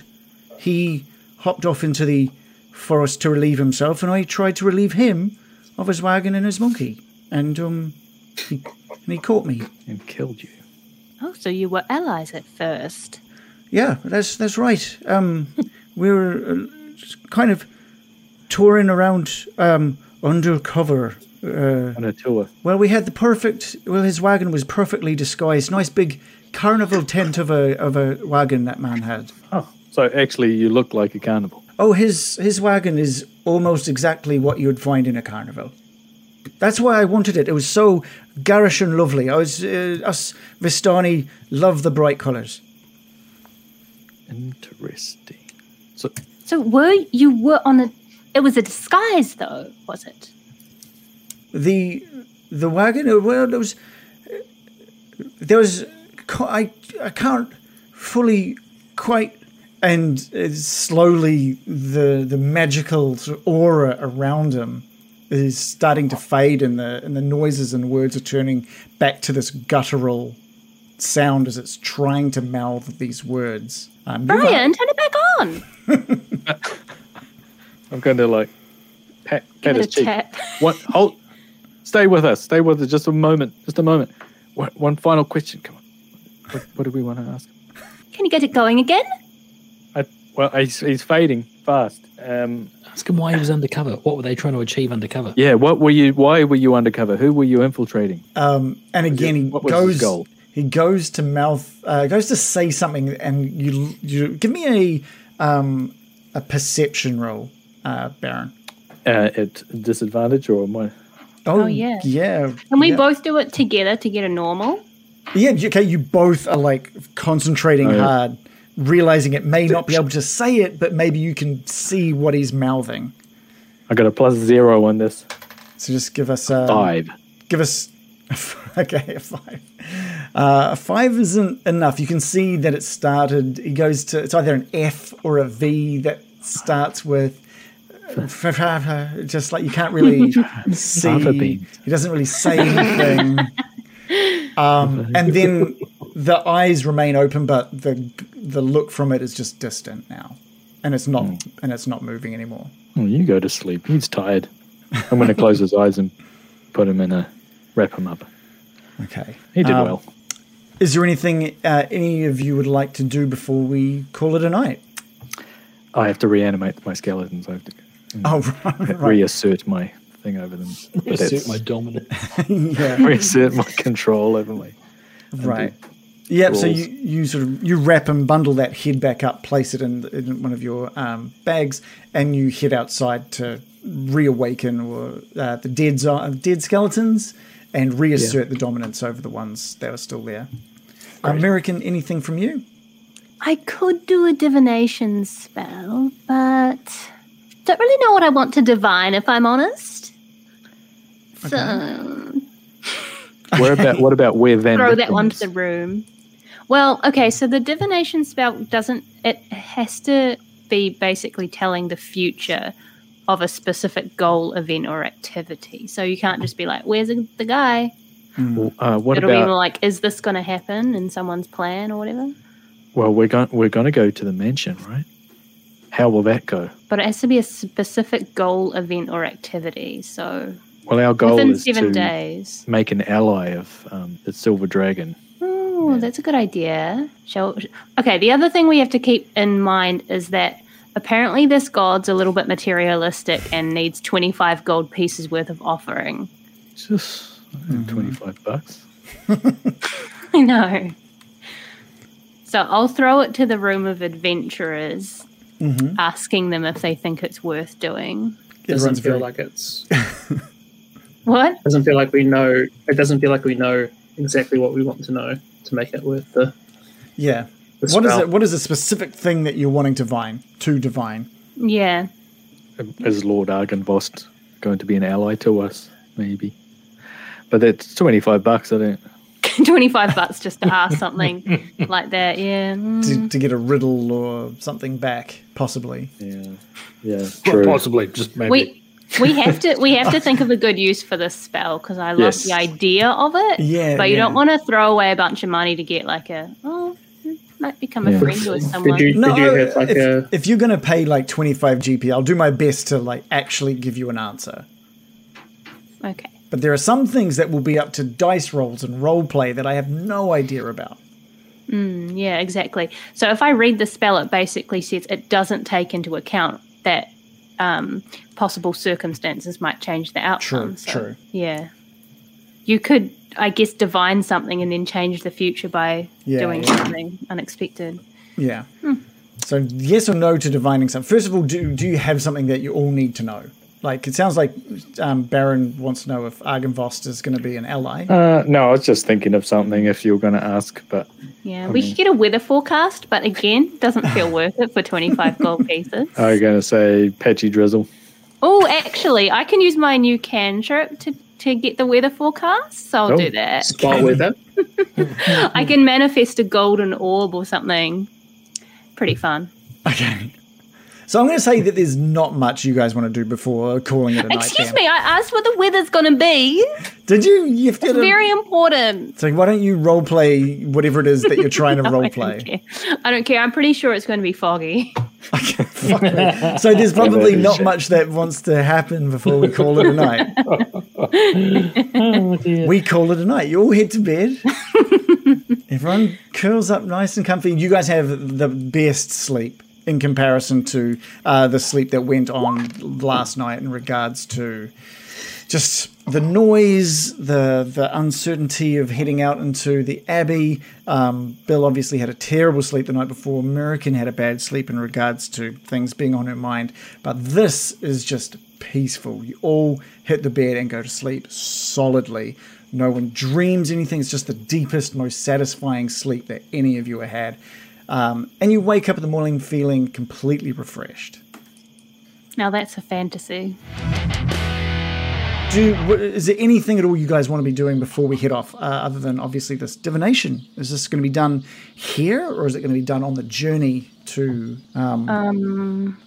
he hopped off into the forest to relieve himself, and I tried to relieve him of his wagon and his monkey, and um, he, and he caught me. And killed you. Oh, so you were allies at first. Yeah, that's that's right. Um, we were uh, just kind of touring around um, undercover. Uh, On a tour. well, we had the perfect. Well, his wagon was perfectly disguised. Nice big carnival tent of a of a wagon that man had. Oh, so actually, you look like a carnival. Oh, his his wagon is almost exactly what you would find in a carnival. That's why I wanted it. It was so garish and lovely. I was uh, us Vistani love the bright colours. Interesting. So So were you were on a? It was a disguise, though, was it? the the wagon uh, well there was there was co- I I can't fully quite and uh, slowly the the magical sort of aura around him is starting to fade and the and the noises and words are turning back to this guttural sound as it's trying to mouth these words. Um, you've- Brian, turn it back on. I'm going to like pat, pat Give his it a cheek. chat. What? Hold. Stay with us. Stay with us. Just a moment. Just a moment. One, one final question. Come on. What, what do we want to ask? Can you get it going again? I, well, he's, he's fading fast. Um, Ask him why he was undercover. What were they trying to achieve undercover? yeah. What were you? Why were you undercover? Who were you infiltrating? Um, and again, he what was his goes. goal? He goes to mouth. Uh, goes to say something, and you you give me a um, a perception roll, uh, Baron. Uh, at disadvantage or my? Oh, yeah. yeah. Can we yeah. both do it together to get a normal? Yeah, you- okay. You both are like concentrating Oh, yeah. hard, realizing it may not be able to say it, but maybe you can see what he's mouthing. I got a plus zero on this. So just give us uh, Five. give us [laughs] okay a five uh, a five isn't enough you can see that it started it goes to it's either an f or a v that starts with [laughs] just like you can't really Fava see beans. he doesn't really say anything um, and then the eyes remain open but the the look from it is just distant now and it's not and it's not moving anymore Oh, you go to sleep. He's tired. I'm going to close his eyes and put him in a wrap him up. okay He did Um, well. Is there anything uh, any of you would like to do before we call it a night? I have to reanimate my skeletons. I have to Oh, right. right. reassert my thing over them. But Assert that's- [laughs] my dominant. Yeah, reassert my control over my. right. Yep. So Rules. you, you sort of you wrap and bundle that head back up, place it in, in one of your um, bags, and you head outside to reawaken or uh, the dead zo- dead skeletons and reassert the dominance over the ones that are still there. American, anything from you? I could do a divination spell, but don't really know what I want to divine, if I'm honest. So Where about what about where Van? throw that Richten one is? to the room. Well, okay, so the divination spell doesn't, it has to be basically telling the future of a specific goal, event, or activity. So you can't just be like, where's the the guy? Uh, what It'll be about? more like, is this going to happen in someone's plan or whatever? well, we're going we're going to go to the mansion, right? How will that go? But it has to be a specific goal, event, or activity. So Well, our goal within is seven to days. make an ally of um, the Silver Dragon. Oh, that's a good idea. Shall, okay, the other thing we have to keep in mind is that apparently this god's a little bit materialistic and needs 25 gold pieces worth of offering. [laughs] Just five eh, bucks. I know. So I'll throw it to the room of adventurers, asking them if they think it's worth doing. Doesn't Everyone's feel very- like it's What? doesn't feel like we know it doesn't feel like we know exactly what we want to know to make it worth the Yeah. The What is spell. it? What is a specific thing that you're wanting to divine? To divine? Yeah. [laughs] Is Lord Argenvost going to be an ally to us? Maybe. But that's 25 bucks, I don't. 25 bucks just to ask something like that. Yeah. mm. to, to get a riddle or something back, possibly. Yeah. Yeah. Well, True. possibly, just maybe. We we have to [laughs] we have to think of a good use for this spell because I love Yes. the idea of it. Yeah, But you yeah. don't want to throw away a bunch of money to get like a oh mm, might become a Yeah. friend with Did someone. you, did you have like if, a if you're going to pay like 25 GP, I'll do my best to like actually give you an answer. Okay. But there are some things that will be up to dice rolls and role play that I have no idea about. Yeah, exactly. So if I read the spell, it basically says it doesn't take into account that um, possible circumstances might change the outcome. True, So, true. Yeah. You could, I guess, divine something and then change the future by Yeah, doing yeah. something unexpected. Yeah. So yes or no to divining something. First of all, do do you have something that you all need to know? Like it sounds like um, Baron wants to know if Argenvost is going to be an ally. Uh, no, I was just thinking of something if you were going to ask, but Yeah, we could get a weather forecast, but again, doesn't feel worth it for 25 gold pieces. I was going to say patchy drizzle. Oh, actually, I can use my new cantrip to, to get the weather forecast, so I'll Oh. do [clears throat] that. spot weather? I can manifest a golden orb or something. Pretty fun. Okay. So I'm going to say that there's not much you guys want to do before calling it a night. Excuse Dan. me, I asked what the weather's going to be. Did you? You did It's a- very important. So why don't you role play whatever it is that you're trying to role [laughs] I [laughs] don't play? care. I don't care. I'm pretty sure it's going to be foggy. Fuck me. so there's probably Yeah, not shit. much that wants to happen before we call it a night. Oh, dear. We call it a night. You all head to bed. Everyone curls up nice and comfy. You guys have the best sleep in comparison to uh, the sleep that went on last night in regards to just the noise, the the uncertainty of heading out into the abbey. Um, Bill obviously had a terrible sleep the night before. American had a bad sleep in regards to things being on her mind. But this is just peaceful. You all hit the bed and go to sleep solidly. No one dreams anything. It's just the deepest, most satisfying sleep that any of you have had. Um, and you wake up in the morning feeling completely refreshed. Now that's a fantasy. Do wh- is there anything at all you guys want to be doing before we head off, uh, other than obviously this divination? Is this going to be done here, or is it going to be done on the journey to? Um,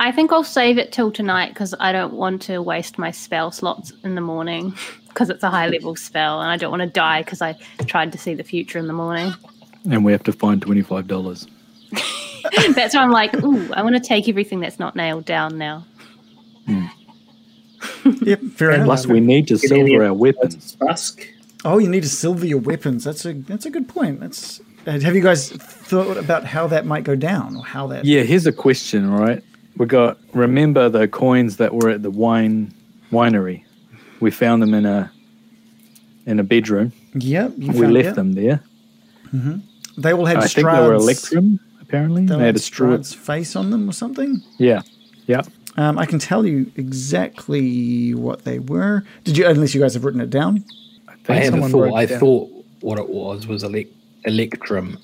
I think I'll save it till tonight because I don't want to waste my spell slots in the morning [laughs] because it's a high level spell and I don't want to die because I tried to see the future in the morning. [laughs] And we have to find $25. That's why I'm like, ooh, I want to take everything that's not nailed down now. yep, fair enough. Plus, we need to any silver of our weapons. Busk. oh, you need to silver your weapons. That's a that's a good point. That's uh, have you guys thought about how that might go down, or how that? Yeah, here's a question, all right? We got, remember the coins that were at the wine winery? We found them in a in a bedroom. Yep, you We found left it. them there. They all had I Strahd's, think they were Electrum, apparently. they all They had had a straw. Strahd's face on them, or something. Yeah. Yeah. Um, I can tell you exactly what they were. Did you? Unless you guys have written it down. I have a Someone thought. wrote I down. thought what it was was elec- electrum,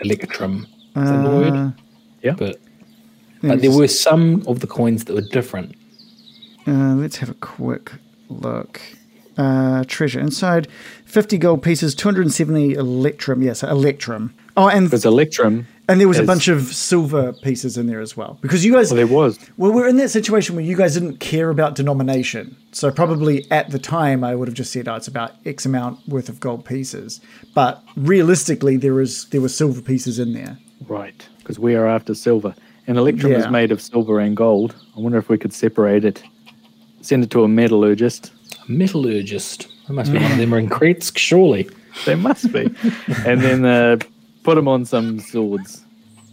electrum. Is that the Uh, word? yeah. But but there were some of the coins that were different. Uh, let's have a quick look. Uh, treasure inside 50 gold pieces, 270 electrum. Yes, electrum. Oh, and Because Electrum, and there was a is- bunch of silver pieces in there as well. Because you guys, well, there was. well, we're in that situation where you guys didn't care about denomination. So probably at the time, I would have just said, "Oh, it's about X amount worth of gold pieces." But realistically, there is there were silver pieces in there. Right. Because we are after silver. And Electrum is Yeah. made of silver and gold. I wonder if we could separate it, send it to a metallurgist. Metallurgist. There must be one of them are in Kretsk, surely. They [laughs] must be. and then uh, put them on some swords.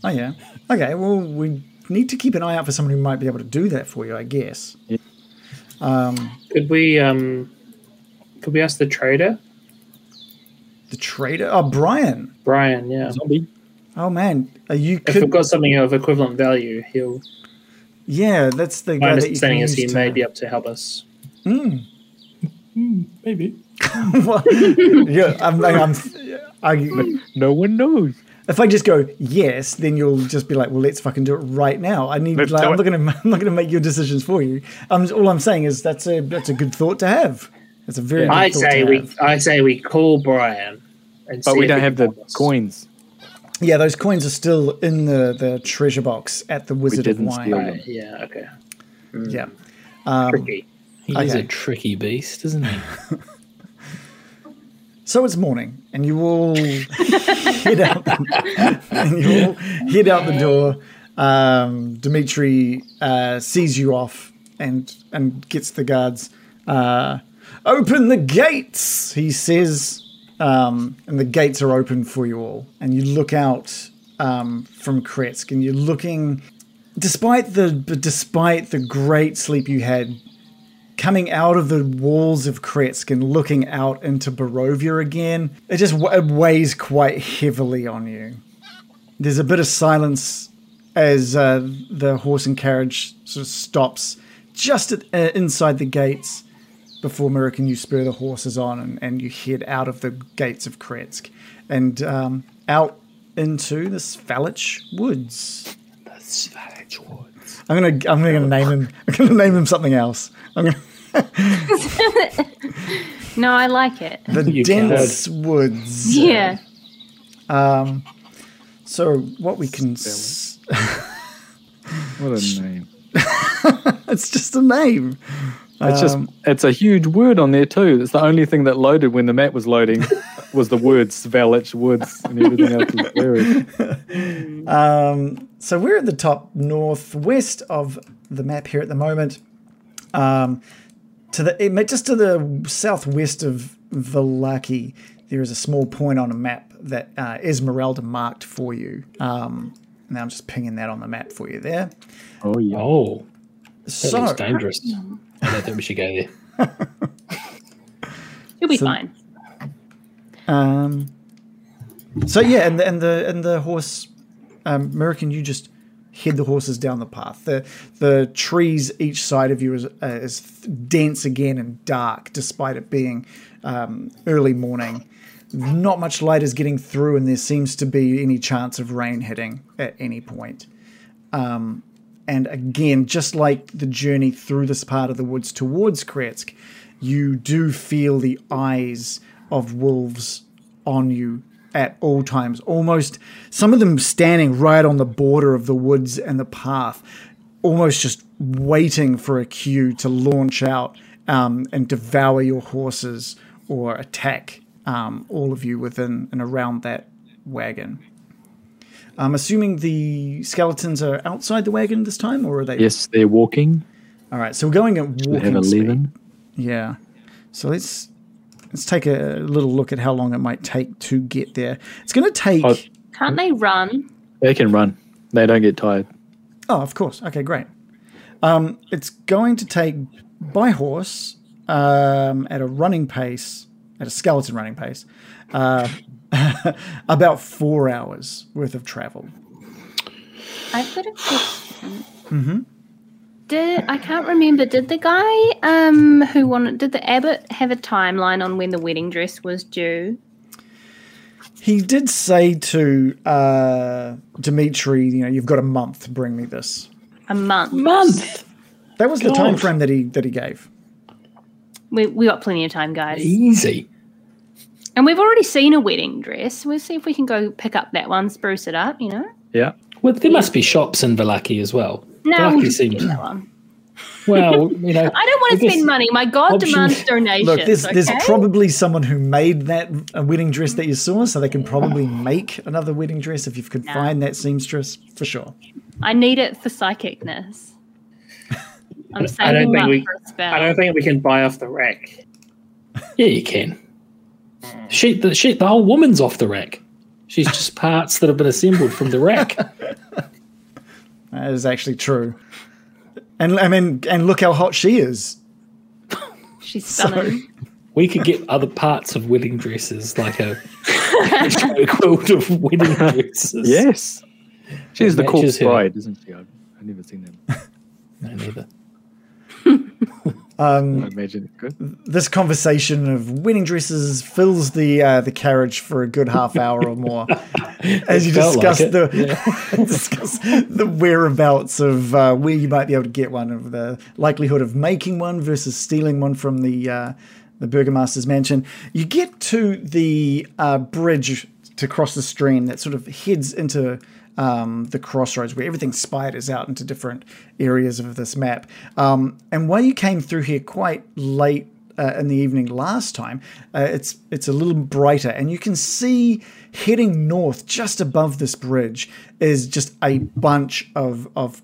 Oh yeah. Okay. Well, we need to keep an eye out for someone who might be able to do that for you, I guess. Could we um could we ask the trader? The trader. Oh, Brian. Brian, yeah. Zombie. Oh man, uh, you If we've could. got something of equivalent value, he'll Yeah, that's the my guy that you can understanding is use he to- may [laughs] be able to help us. Maybe. What? yeah, I'm, I'm, I, No one knows. if I just go yes, then you'll just be like, well, let's fucking do it right now. I need. Let's Like, [laughs] do I'm not it. gonna. I'm not gonna make your decisions for you. Um, all I'm saying is that's a that's a good thought to have. It's a very. I good thought say to we, have. I say we call Brian. And But see we if don't he have the comes. coins. Yeah, those coins are still in the the treasure box at the Wizard of didn't Wine. steal Right, yeah. Okay. Yeah. Um, Tricky. He is Okay. a tricky beast, isn't he? So it's morning, and you all head out. and you all head out the door. Um, Dimitri uh, sees you off and and gets the guards. Uh, open the gates, he says, um, and the gates are open for you all. And you look out um, from Kretsk, and you're looking. Despite the despite the great sleep you had coming out of the walls of Kretsk and looking out into Barovia again, it just w- it weighs quite heavily on you. There's a bit of silence as uh, the horse and carriage sort of stops just at, uh, inside the gates before American you spur the horses on and, and you head out of the gates of Kretsk and um, out into the Svalich Woods. I'm gonna I'm gonna name him I'm gonna name him something else. I'm gonna No, I like it. the dense woods. Yeah. So what we can s- [laughs] What a name. it's just a name. It's just Um, it's a huge word on there too. It's the only thing that loaded when the map was loading [laughs] was the word Svalich Woods and everything else was buried. So we're at the top northwest of the map here at the moment. Um, to the it- just to the southwest of Valaki, there is a small point on a map that uh, Esmeralda marked for you. Um, now I'm just pinging that on the map for you there. Oh yeah. Oh, that So looks dangerous. I don't think we should go there. You'll be fine. Um, so yeah, and the, and the and the horse, um, American, you just head the horses down the path. The the trees each side of you is, uh, is dense again and dark, despite it being um, early morning. Not much light is getting through, and there seems to be any chance of rain hitting at any point. And again, just like the journey through this part of the woods towards Kretsk, you do feel the eyes of wolves on you at all times. Almost some of them standing right on the border of the woods and the path, almost just waiting for a cue to launch out um, and devour your horses or attack um, all of you within and around that wagon. I'm assuming the skeletons are outside the wagon this time, or are they? Yes, they're walking. All right, so we're going at They have walking a speed. leaven. Yeah. So let's let's take a little look at how long it might take to get there. It's going to take. Oh. Oh. Can't they run? They can run. They don't get tired. Oh, of course. Okay, great. Um, it's going to take by horse um, at a running pace, at a skeleton running pace, uh, [laughs] about four hours worth of travel. I've got a question. Did I can't remember? Did the guy um who wanted did the abbot have a timeline on when the wedding dress was due? He did say to uh, Dimitri, you know, you've got a month to bring me this. A month. Month. That was the God. time frame that he that he gave. We we got plenty of time, guys. Easy. And we've already seen a wedding dress. We'll see if we can go pick up that one, spruce it up. You know. Yeah. Well, there must be shops in Valaki as well. No, we'll Valaki just get seems that one. well, you know. [laughs] I don't want to guess spend money. My God option- demands donations. Look, there's okay? there's probably someone who made that uh, wedding dress that you saw, so they can probably make another wedding dress if you could find that seamstress for sure. I need it for [laughs] psychicness. I'm I don't saving think up we- for a spell. I don't think we can buy off the rack. Yeah, you can. She the she the whole woman's off the rack. She's just [laughs] parts that have been assembled from the rack. That is actually true. And I mean, and look how hot she is. [laughs] She's stunning. We could get other parts of wedding dresses, like a, [laughs] a quilt of [laughs] wedding dresses. Yes. She's the matches corpse her. bride, isn't she? I've, I've never seen them. No, neither. Mm. I imagine it's good. This conversation of wedding dresses fills the uh, the carriage for a good half hour or [laughs] more, as you felt like discuss it, the [laughs] discuss the whereabouts of uh, where you might be able to get one, of the likelihood of making one versus stealing one from the uh, the burgomaster's mansion. You get to the uh, bridge to cross the stream that sort of heads into um, the crossroads where everything spiders out into different areas of this map. Um, and while you came through here quite late uh, in the evening last time, uh, it's it's a little brighter, and you can see heading north just above this bridge is just a bunch of of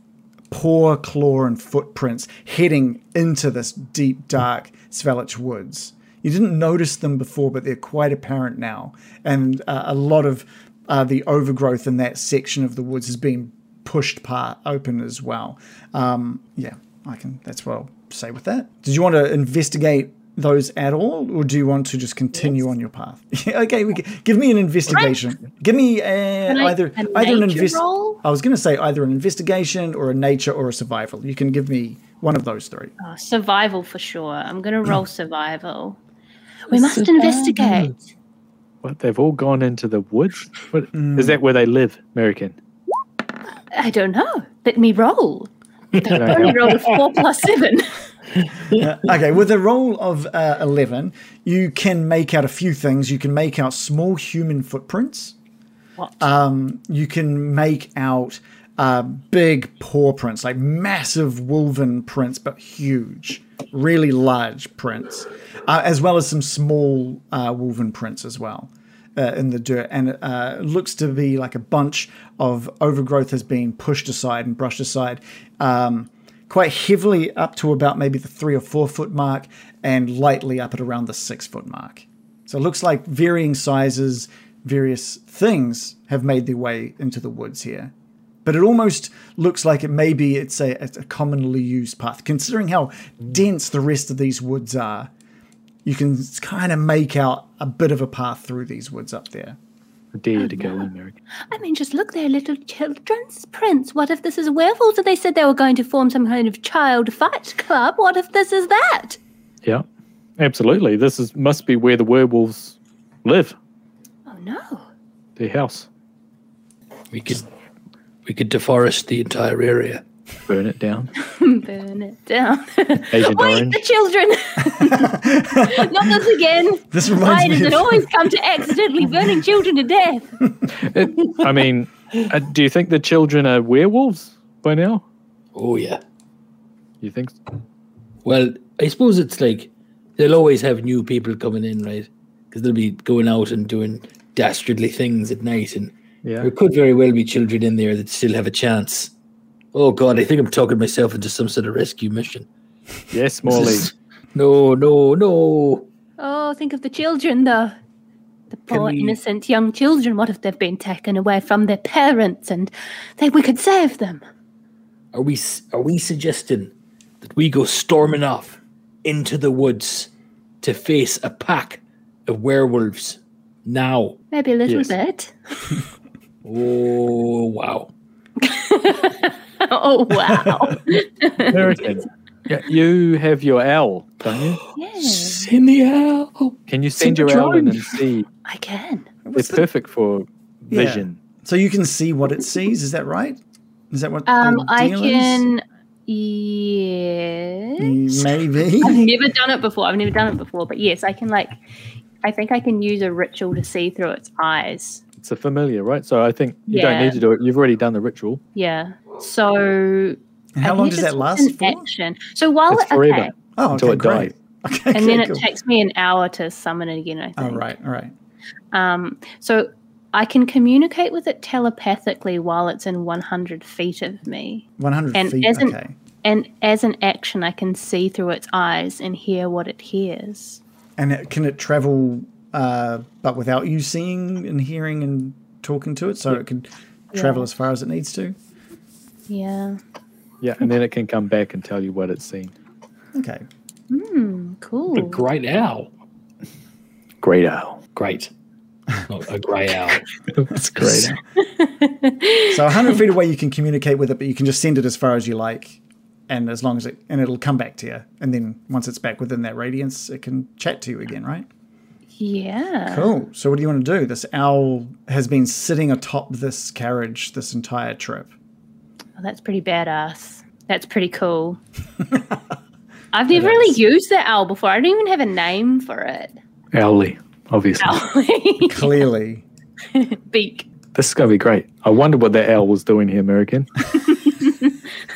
paw, claw, and footprints heading into this deep, dark Svelich woods. You didn't notice them before, but they're quite apparent now, and uh, a lot of uh, the overgrowth in that section of the woods is being pushed part open as well. Um, yeah, I can. That's what I'll say with that. Did you want to investigate those at all, or do you want to just continue on your path? [laughs] Yeah, okay, we can, give me an investigation. Give me uh, I- either a either an nature invest. roll? I was going to say either an investigation or a nature or a survival. You can give me one of those three. Oh, survival for sure. I'm going to [clears throat] roll survival. We must investigate. What? They've all gone into the woods? What is Mm. that where they live, [laughs] American? I don't know. Let me roll. Can I I only [laughs] help? rolled a four [laughs] plus seven. Okay, with a roll of uh, 11, you can make out a few things. You can make out small human footprints. What? Um, you can make out uh, big paw prints, like massive woven prints, but huge, really large prints, uh, as well as some small uh, woven prints as well. Uh, in the dirt, and uh, it looks to be like a bunch of overgrowth has been pushed aside and brushed aside. Um, quite heavily up to about maybe the three or four foot mark and lightly up at around the six foot mark. So it looks like varying sizes, various things have made their way into the woods here. But it almost looks like it maybe it's a, it's a commonly used path. Considering how dense the rest of these woods are, you can kind of make out a bit of a path through these woods up there. I dare you to go in, American. I mean, just look there, little children's prince. What if this is werewolves? And they said they were going to form some kind of child fight club. What if this is that? Yeah, absolutely. This is must be where the werewolves live. Oh no. Their house. We could we could deforest the entire area. Burn it down. Burn it down. [laughs] Agent Wait, Orange. the children. Not this again. This Why reminds does me it of always come to accidentally burning children to death? [laughs] It- I mean, uh, do you think the children are werewolves by now? Oh yeah. You think? Well, I suppose it's like they'll always have new people coming in, right? Because they'll be going out and doing dastardly things at night, and Yeah. there could very well be children in there that still have a chance. Oh God, I think I'm talking myself into some sort of rescue mission. Yes, This Morley. is- No, no, no. Oh, think of the children, though. The poor, we- innocent young children. What if they've been taken away from their parents and they, we could save them? Are we s- are we suggesting that we go storming off into the woods to face a pack of werewolves now? Maybe a little Yes. bit. Oh wow! Oh, wow. American. Yeah, you have your owl, don't you? yeah, In the owl. Can you send the your owl in drawing. and see? I can. It's perfect for Yeah. vision. So you can see what it sees, is that right? Is that what the Um, I deal can. Yeah. is? Mm, [laughs] Maybe. [laughs] I've never done it before. I've never done it before, but yes, I can like. I think I can use a ritual to see through its eyes. It's a familiar, right? So I think you don't Yeah. need to do it. You've already done the ritual. Yeah. So And how I long think does it's that last an [laughs] for? Action. So while It's okay, forever Oh, until okay, it great. [laughs] dies. Okay, and then okay, it cool. takes me an hour to summon it again. I think. All right, all right. Um, so I can communicate with it telepathically while it's in 100 feet of me. 100 And feet, isn't- okay. And as an action, I can see through its eyes and hear what it hears. And it, can it travel, uh, but without you seeing and hearing and talking to it? So it can travel as far as it needs to? Yeah. Yeah, and then it can come back and tell you what it's seen. Okay. A Hmm, Cool. great owl. Great owl. Great. Not a grey owl. it's great. So 100 feet away, you can communicate with it, but you can just send it as far as you like. And as long as it, and it'll come back to you. And then once it's back within that radiance, it can chat to you again, right? Yeah. Cool. So what do you want to do? This owl has been sitting atop this carriage this entire trip. Oh, Well, that's pretty badass. That's pretty cool. I've never really used the owl before. I don't even have a name for it. [laughs] Owly, obviously. Clearly. Beak. This is going to be great. I wonder what that owl was doing here, American.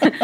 kind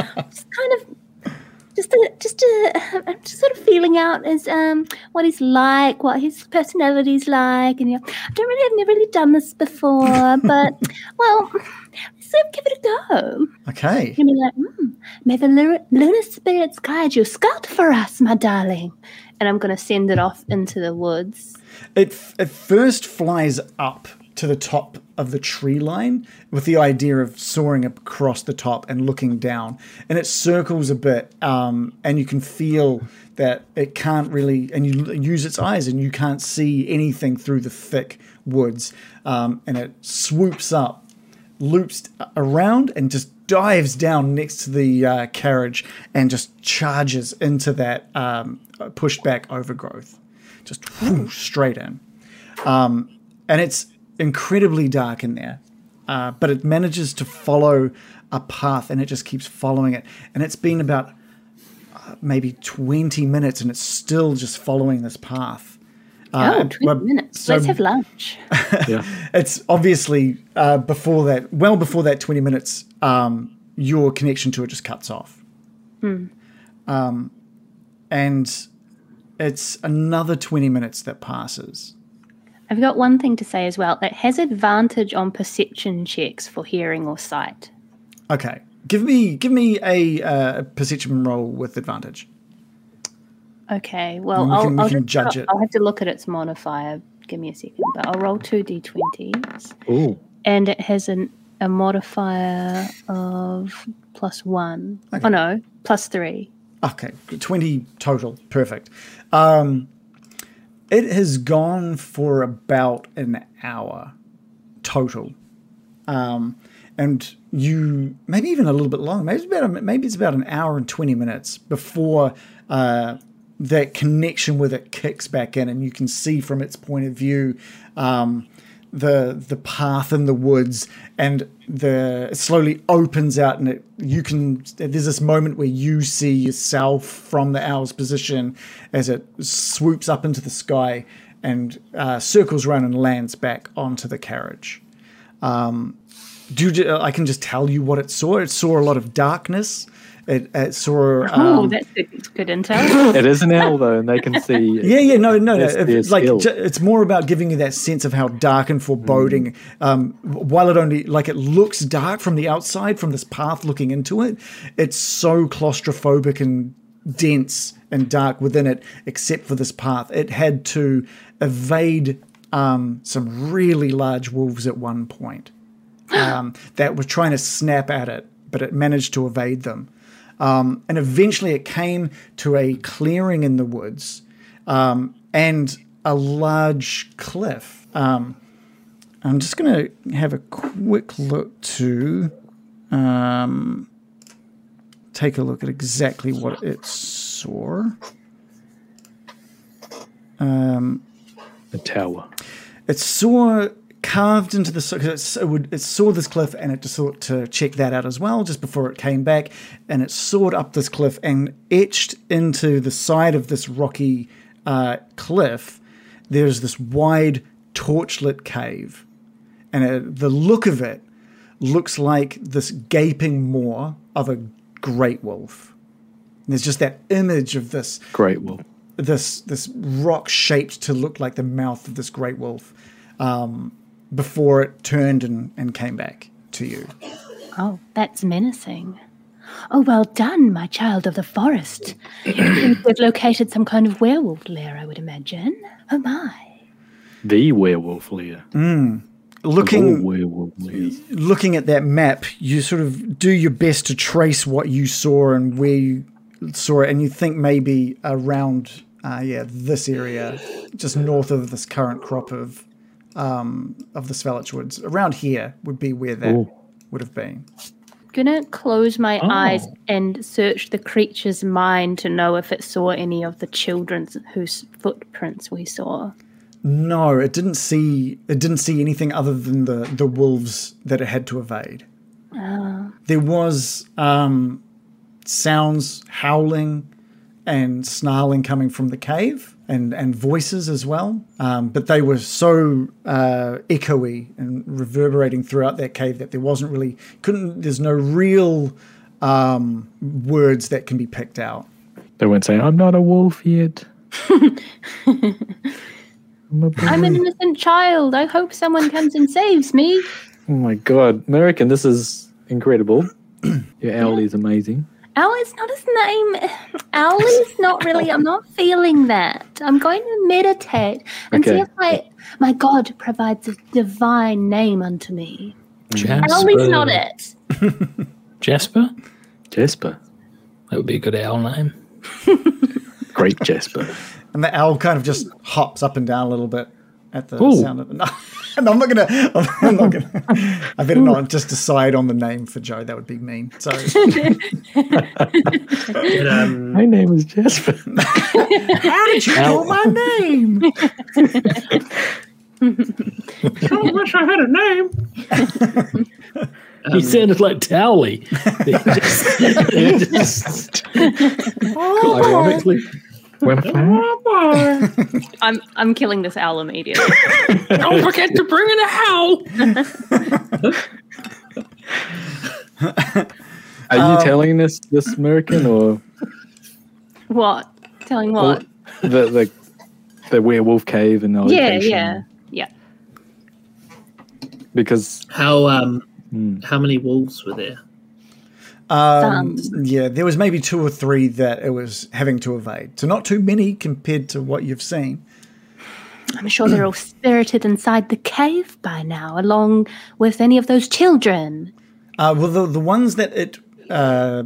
of just a, just a, I'm just sort of feeling out as um what he's like, what his personality's like, and you know, I don't really, I've never really done this before, but well, let's sort of give it a go. Okay. And be like, mm, may the lunar, lunar spirits guide your scout for us, my darling. And I'm gonna send it off into the woods. It, f- it first flies up to the top of the tree line with the idea of soaring across the top and looking down. And it circles a bit, um, and you can feel that it can't really, and you l- use its eyes, and you can't see anything through the thick woods. Um, and it swoops up, loops around, and just dives down next to the uh, carriage and just charges into that um, pushed back overgrowth. Just whoo, straight in. Um, and it's incredibly dark in there. Uh, but it manages to follow a path and it just keeps following it. And it's been about uh, maybe 20 minutes and it's still just following this path. oh, 20 well, minutes. so- Let's have lunch. It's obviously uh, before that, well before that 20 minutes, um, your connection to it just cuts off. Um, and it's another 20 minutes that passes. I've got one thing to say as well. It has advantage on perception checks for hearing or sight. Okay. Give me give me a uh, perception roll with advantage. Okay, well, we I'll, can- we I'll can just- judge I'll- it. I'll have to look at its modifier. Give me a second, but I'll roll two d20s, Ooh. and it has an, a modifier of plus one. Oh no, plus three. Okay, 20 total. Perfect. Um, it has gone for about an hour total. Um, and you, maybe even a little bit longer, maybe it's about, maybe it's about an hour and 20 minutes before uh, that connection with it kicks back in, and you can see from its point of view um, the the path in the woods, and the it slowly opens out, and it, you can. There's this moment where you see yourself from the owl's position as it swoops up into the sky and uh, circles around and lands back onto the carriage. Um, do you, I can just tell you what it saw. It saw a lot of darkness. It, it saw. oh, um, that's good, [coughs] good intel. It is an owl, though, and they can see. Yeah, yeah, no, no, no. Yes, If- yes, like, ill. ju- it's more about giving you that sense of how dark and foreboding. Um, w- while it only like it looks dark from the outside, from this path looking into it, it's so claustrophobic and dense and dark within it, except for this path. It had to evade um, some really large wolves at one point [gasps] um, that were trying to snap at it, but it managed to evade them. Um, and eventually, it came to a clearing in the woods and a large cliff. Um, I'm just going to have a quick look to um, take a look at exactly what it saw. The tower. It saw carved into the because it, would it saw this cliff and it just sought to check that out as well just before it came back and it soared up this cliff and etched into the side of this rocky uh, cliff there's this wide torchlit cave and it, the look of it looks like this gaping maw of a great wolf And there's just that image of this Great wolf. this this rock shaped to look like the mouth of this great wolf um, before it turned and, and came back to you. oh, that's menacing. Oh, well done, my child of the forest. You've located some kind of werewolf lair, I would imagine. Oh my. The werewolf lair. All Looking werewolf lairs. looking at that map, you sort of do your best to trace what you saw and where you saw it, and you think maybe around uh, yeah this area, just north of this current crop of um, of the Svelich woods, around here would be where that Ooh. would have been. gonna close my eyes Oh. and search the creature's mind to know if it saw any of the children's whose footprints we saw. No, it didn't see it didn't see anything other than the the wolves that it had to evade. There was um, sounds howling and snarling coming from the cave and, and voices as well. Um, but they were so uh, echoey and reverberating throughout that cave that there wasn't really, couldn't, there's no real um, words that can be picked out. They won't say, I'm not a wolf [laughs] yet. I'm a I'm an boy. innocent child. I hope someone comes and saves me. Oh my god, American, this is incredible. [clears throat] Your owl is amazing. Owl's not his name. Owl is not really. I'm not feeling that. I'm going to meditate and see Okay. if I, my God provides a divine name unto me. Jasper. Owl is not it. Jasper? Jasper. That would be a good owl name. Great [laughs] Jasper. And the owl kind of just hops up and down a little bit at the Ooh. sound of it. No, [laughs] no, I'm not gonna. I'm, I'm not gonna. I better not just decide on the name for Joe. That would be mean. So But, [laughs] um, My name [laughs] is Jasper. how did you know my name? Oh, I wish I had a name. he sounded like Towley. He just- he just- ironically. When I'm I'm killing this owl immediately. Oh. [laughs] Don't forget to bring in a howl. Are you Um, telling us this American or what? Telling [clears throat] what? the the the werewolf cave and the yeah, location? yeah, yeah. Because [laughs] How um Hmm. how many wolves were there? Um, Some. yeah, there was maybe two or three that it was having to evade. So not too many compared to what you've seen. I'm sure they're all spirited inside the cave by now, along with any of those children. Uh, well, the, the ones that it uh,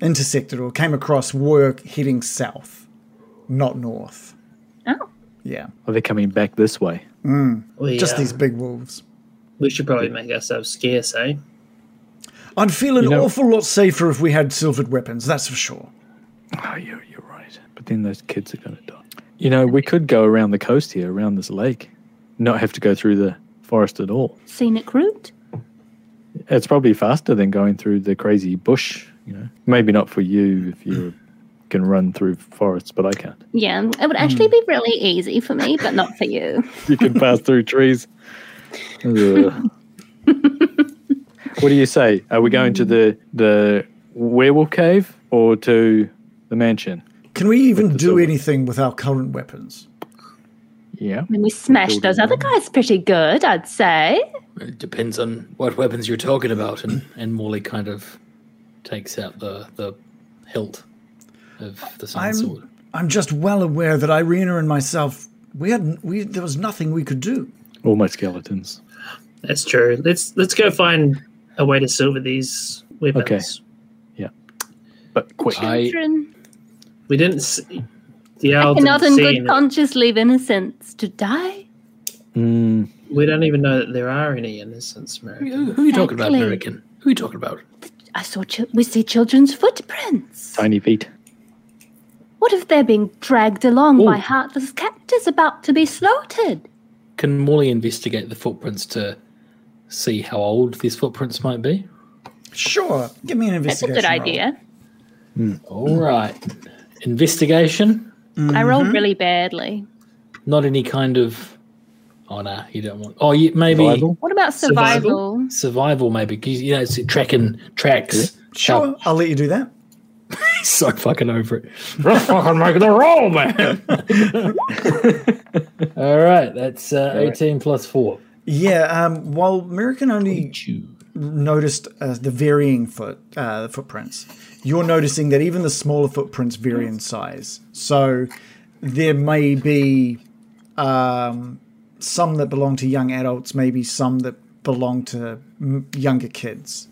intersected or came across were heading south, not north. Oh. Yeah, are they coming back this way? We, just uh, these big wolves. we should probably make ourselves scarce, eh? I'd feel an You know- awful lot safer if we had silvered weapons, that's for sure. Oh, you're, you're right. But then those kids are going to die. You know, we could go around the coast here, around this lake, not have to go through the forest at all. Scenic route? It's probably faster than going through the crazy bush, you know. Maybe not for you if [clears throat] you can run through forests, but I can't. Yeah, it would actually be really easy for me, but not for you. [laughs] You [laughs] can pass through trees. Ugh. what do you say? Are we going to the the werewolf cave or to the mansion? Can we even do silver. anything with our current weapons? Yeah. And we smashed those other guys pretty good, I'd say. It depends on what weapons you're talking about, and, and Morley kind of takes out the the hilt of the sun I'm- sword. I'm just well aware that Irina and myself, we had we there was nothing we could do. All my skeletons. That's true. Let's let's go find a way to silver these weapons. Okay. But quick. I Children We didn't. s the owl cannot didn't in see good any. conscience leave innocents to die. Mm, we don't even know that there are any innocents, Mary. who, who are you talking about, Exactly. American? Who are you talking about? I saw chil- we see children's footprints. tiny feet. What if they're being dragged along by Ooh. heartless captors about to be slaughtered? Can Morley investigate the footprints to see how old these footprints might be? Sure, give me an That's a investigation. good roll. idea. All right, investigation. I rolled really badly. Not any kind of. Oh no, you don't want. Oh, you, maybe survival. Survival? What about survival? Survival? maybe because you know it's tracking tracks. Sure, Oh, I'll let you do that. [laughs] so fucking over it. Let's fucking make the roll, man. All right, that's uh, eighteen plus four. Yeah, um, while American only noticed uh, the varying foot uh, footprints, you're noticing that even the smaller footprints vary in size. So there may be um, some that belong to young adults, maybe some that belong to m- younger kids,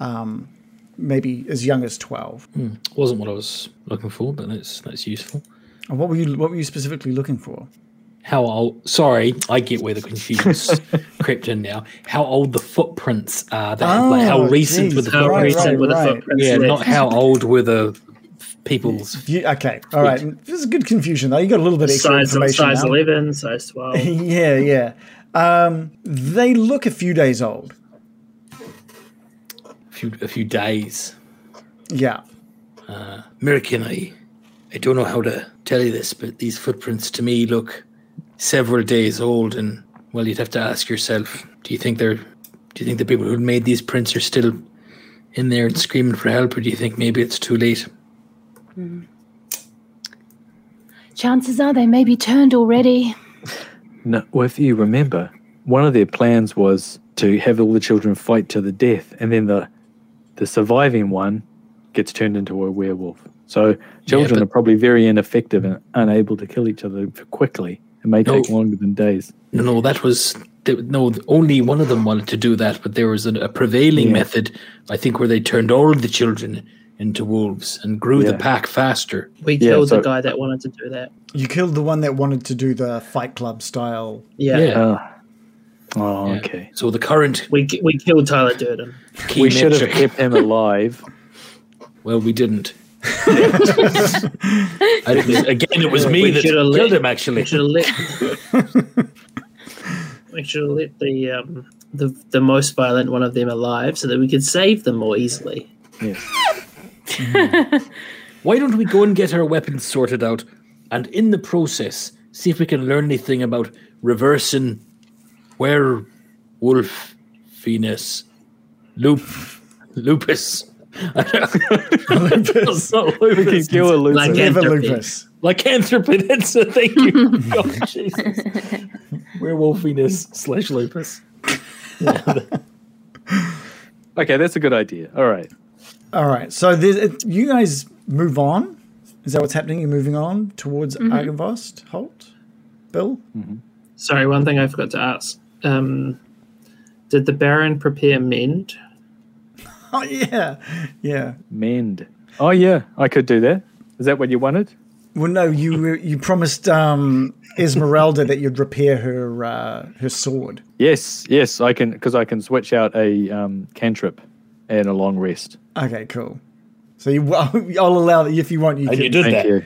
um, maybe as young as twelve. Wasn't what I was looking for, but that's that's useful. And what were you? What were you specifically looking for? How old? Sorry, I get where the confusion's crept in now. How old the footprints are? They, like how Oh, recent were geez, the How Right, footprints? recent right, were the right. footprints? Yeah, left? not how [laughs] old were the f- people's. You, okay, all right. This is good confusion though. You got a little bit extra size information size now. eleven, size twelve. [laughs] Yeah, yeah. Um, they look a few days old. A few, a few days. Yeah. American, I, I don't know how to tell you this, but these footprints to me look several days old, and well, you'd have to ask yourself: Do you think they're? Do you think the people who made these prints are still in there and screaming for help, or do you think maybe it's too late? Chances are they may be turned already. No, well, if you remember, one of their plans was to have all the children fight to the death, and then the the surviving one gets turned into a werewolf. So children but- are probably very ineffective and unable to kill each other quickly. It may No. take longer than days. No, no, that was th- no. Only one of them wanted to do that, but there was an, a prevailing Yeah. method, I think, where they turned all of the children into wolves and grew the Yeah. pack faster. We Yeah, killed so- the guy that wanted to do that. You killed the one that wanted to do the Fight Club style. Yeah. Yeah. Oh, Yeah. okay. So the current We, ki- we killed Tyler Durden. key We should have metric- kept him [laughs] alive. Well, we didn't. [laughs] I didn't- Again, it was me We that should've killed let- him. Actually, We should have let. we should have let the um, the the most violent one of them alive, so that we could save them more easily. why don't we go and get our weapons sorted out, and in the process, see if we can learn anything about reversing werewolf, Venus, loop, lupus. [laughs] Lupus. Not We lupus. can kill a loser. Like it. Never Lycanthropy. lupus. Lycanthropy, that's it. Thank [laughs] you. oh, Jesus. Werewolfiness slash lupus. okay, that's a good idea. All right. All right. So there's, it, you guys move on. Is that what's happening? You're moving on towards Argenvost, Holt, Bill. [laughs] Sorry, one thing I forgot to ask. Um, did the Baron prepare mend? Oh yeah, yeah. Mend. Oh, yeah, I could do that. Is that what you wanted? Well, no, you were- you promised um, Esmeralda that you'd repair her uh, her sword. Yes, yes, I can, because I can switch out a um, cantrip and a long rest. Okay, cool. So you, [laughs] I'll allow that if you want. You And can. you did Thank that. you.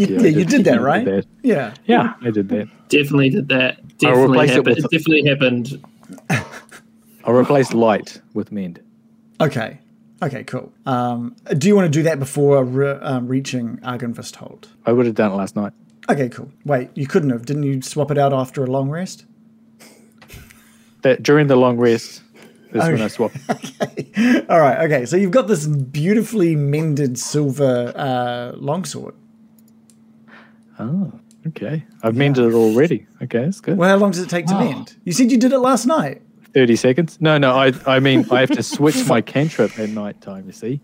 [laughs] You- you. yeah, I you did that, I right? Yeah. Yeah, I did that. Definitely did that. I'll Definitely replace it happened. It, with- definitely happened. I replaced light with mend. Okay. Okay. Cool. Um, do you want to do that before re- um, reaching Argenvost Holt? I would have done it last night. Okay. Cool. Wait, you couldn't have. Didn't you swap it out after a long rest? That during the long rest is when Okay. [laughs] I swapped. All right. Okay. So you've got this beautifully mended silver uh, longsword. Oh, okay. I've mended it already. Okay, that's good. Well, how long does it take to mend? You said you did it last night. Thirty seconds? No, no. I, I mean, I have to switch my cantrip at night time. You see?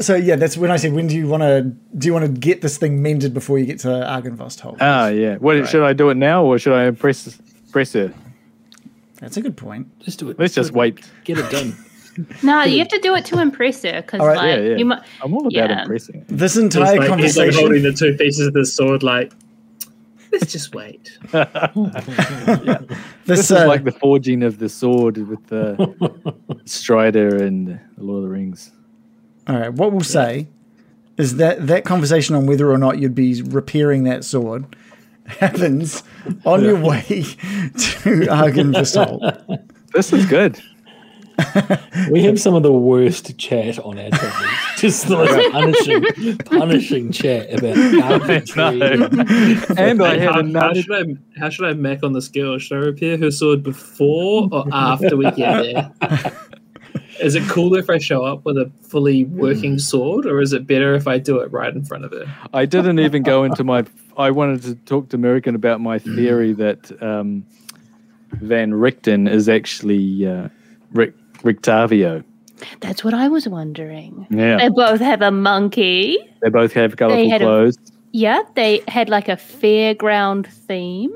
So yeah, that's when I said, when do you want to do you want to get this thing mended before you get to Argenvost Holt? Ah, yeah. What should I do it now, or should I impress impress her? That's a good point. Just do it. Let's just wait. Get it done. No, you have to do it to impress her because, All right, like, Yeah, yeah. Um, you might. I'm all about yeah. impressing. This He's entire like, he's like conversation. holding the two pieces of the sword, like, let's just wait. [laughs] this This uh, is like the forging of the sword with the Strider and Lord of the Rings. all right. What we'll say is that that conversation on whether or not you'd be repairing that sword [laughs] happens on your way [laughs] to Argenvost Holt. This is [laughs] good. [laughs] We have some of the worst chat on [laughs] our channel. Just the most punishing, punishing chat about [laughs] carpentry. And I Hey, had how, how another. should I how should I mac on the skill? Should I repair her sword before or after we get [laughs] there? is it cooler if I show up with a fully working sword, or is it better if I do it right in front of her? [laughs] I didn't even go into my. I wanted to talk to American about my theory that um, Van Richten is actually uh, Rick, Rictavio. That's what I was wondering. They Yeah, both have a monkey. they both They have colourful had a- clothes. Yeah, they had like a fairground theme.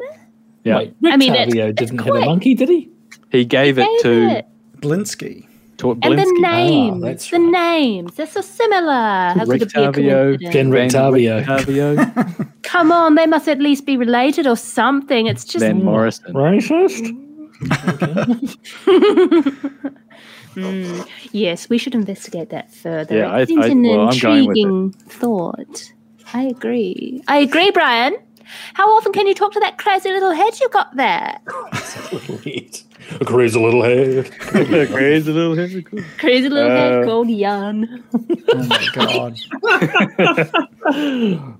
yeah, Wait, Rick I mean, it- Tavio it's didn't have quite- a monkey, did he? he gave it Gave to it. Blinsky. Tor- And the Blinsky. names, that's the right. names, they're so similar. How could it be a coincidence? Rictavio, Gen Van Rictavio. Rictavio, Come on, they must at least be related or something. It's [laughs] just Van Morrison. Racist? yes, we should investigate that further. Yeah, I- it seems I- an well, I'm going with it. intriguing thought. I agree. I agree, Brian. How often can you talk to that crazy little head you got there? Wait. A crazy little head. Crazy little hipster. Crazy little head Uh, [laughs] called Jan. Oh my god.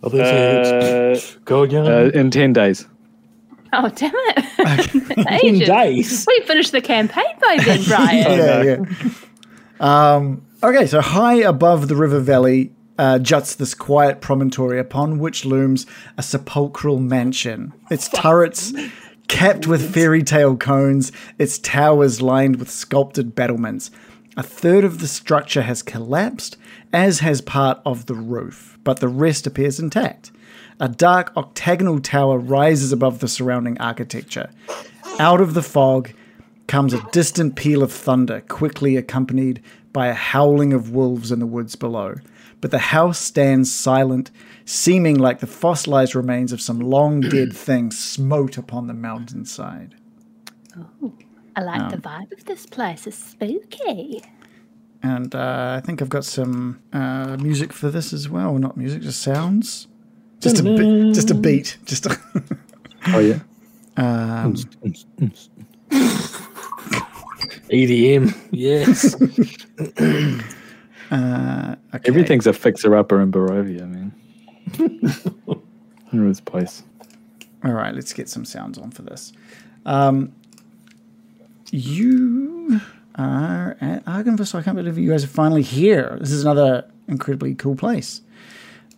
Are those uh, Uh, Go again. uh, in 10 days. Oh, damn [laughs] [laughs] it. in Ages. days. We finished the campaign by [laughs] then, Brian. yeah, yeah. Um, okay, so high above the river valley uh, juts this quiet promontory upon which looms a sepulchral mansion. Its turrets capped with fairy tale cones, its towers lined with sculpted battlements. A third of the structure has collapsed, as has part of the roof, but the rest appears intact. A dark octagonal tower rises above the surrounding architecture. Out of the fog, comes a distant peal of thunder, quickly accompanied by a howling of wolves in the woods below. But the house stands silent, seeming like the fossilized remains of some long dead thing smote upon the mountainside. I like the vibe of this place. It's spooky. And uh, I think I've got some uh, music for this as well. Not music, just sounds. Just a, be- just a beat. Just a Oh, yeah. E EDM. Yes. okay. Everything's a fixer upper in Barovia, man. in this place. All right, let's get some sounds on for this. Um, you are at Argenvis. I can't believe you guys are finally here. This is another incredibly cool place.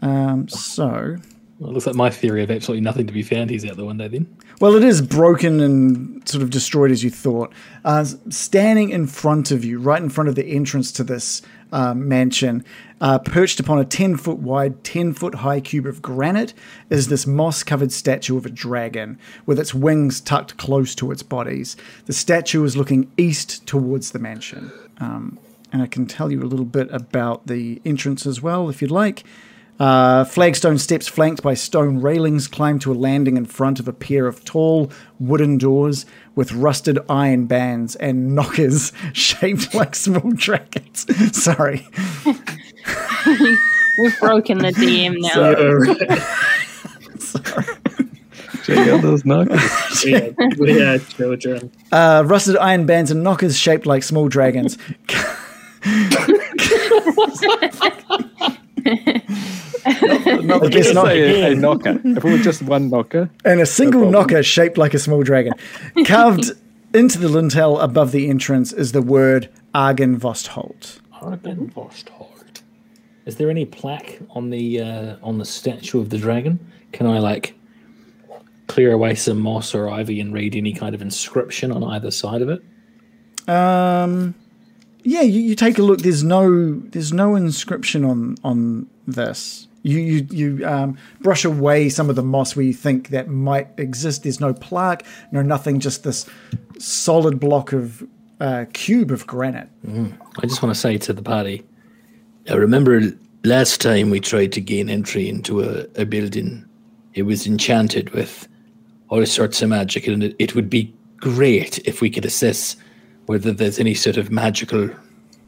Um, so, Well, it looks like my theory of absolutely nothing to be found is out the window then. well, it is broken and sort of destroyed as you thought. Uh, s- standing in front of you, right in front of the entrance to this uh, mansion, uh, perched upon a 10 foot wide, 10 foot high cube of granite, is this moss covered statue of a dragon with its wings tucked close to its bodies. The statue is looking east towards the mansion. Um, and I can tell you a little bit about the entrance as well if you'd like. Uh, flagstone steps flanked by stone railings climb to a landing in front of a pair of tall wooden doors with rusted iron bands and knockers [laughs] shaped like small dragons. [laughs] Sorry. We've broken the DM now. [laughs] Check out those [laughs] knuckles. we, are, we are children. Uh, rusted iron bands and knockers shaped like small dragons. [laughs] [laughs] not the best Just knock. say a, a knocker. If it was just one knocker, and a single problem. knocker shaped like a small dragon. Carved into the lintel above the entrance is the word Argenvostholt. Arben Vosthart. Is there any plaque on the uh, on the statue of the dragon? Can I like clear away some moss or ivy and read any kind of inscription on either side of it? Um, yeah, you, you take a look. There's no there's no inscription on on this. You you you um, brush away some of the moss where you think that might exist. There's no plaque, no nothing. Just this solid block of uh, cube of granite. I just want to say to the party, I remember last time we tried to gain entry into a, a building, it was enchanted with all sorts of magic, and it, it would be great if we could assess whether there's any sort of magical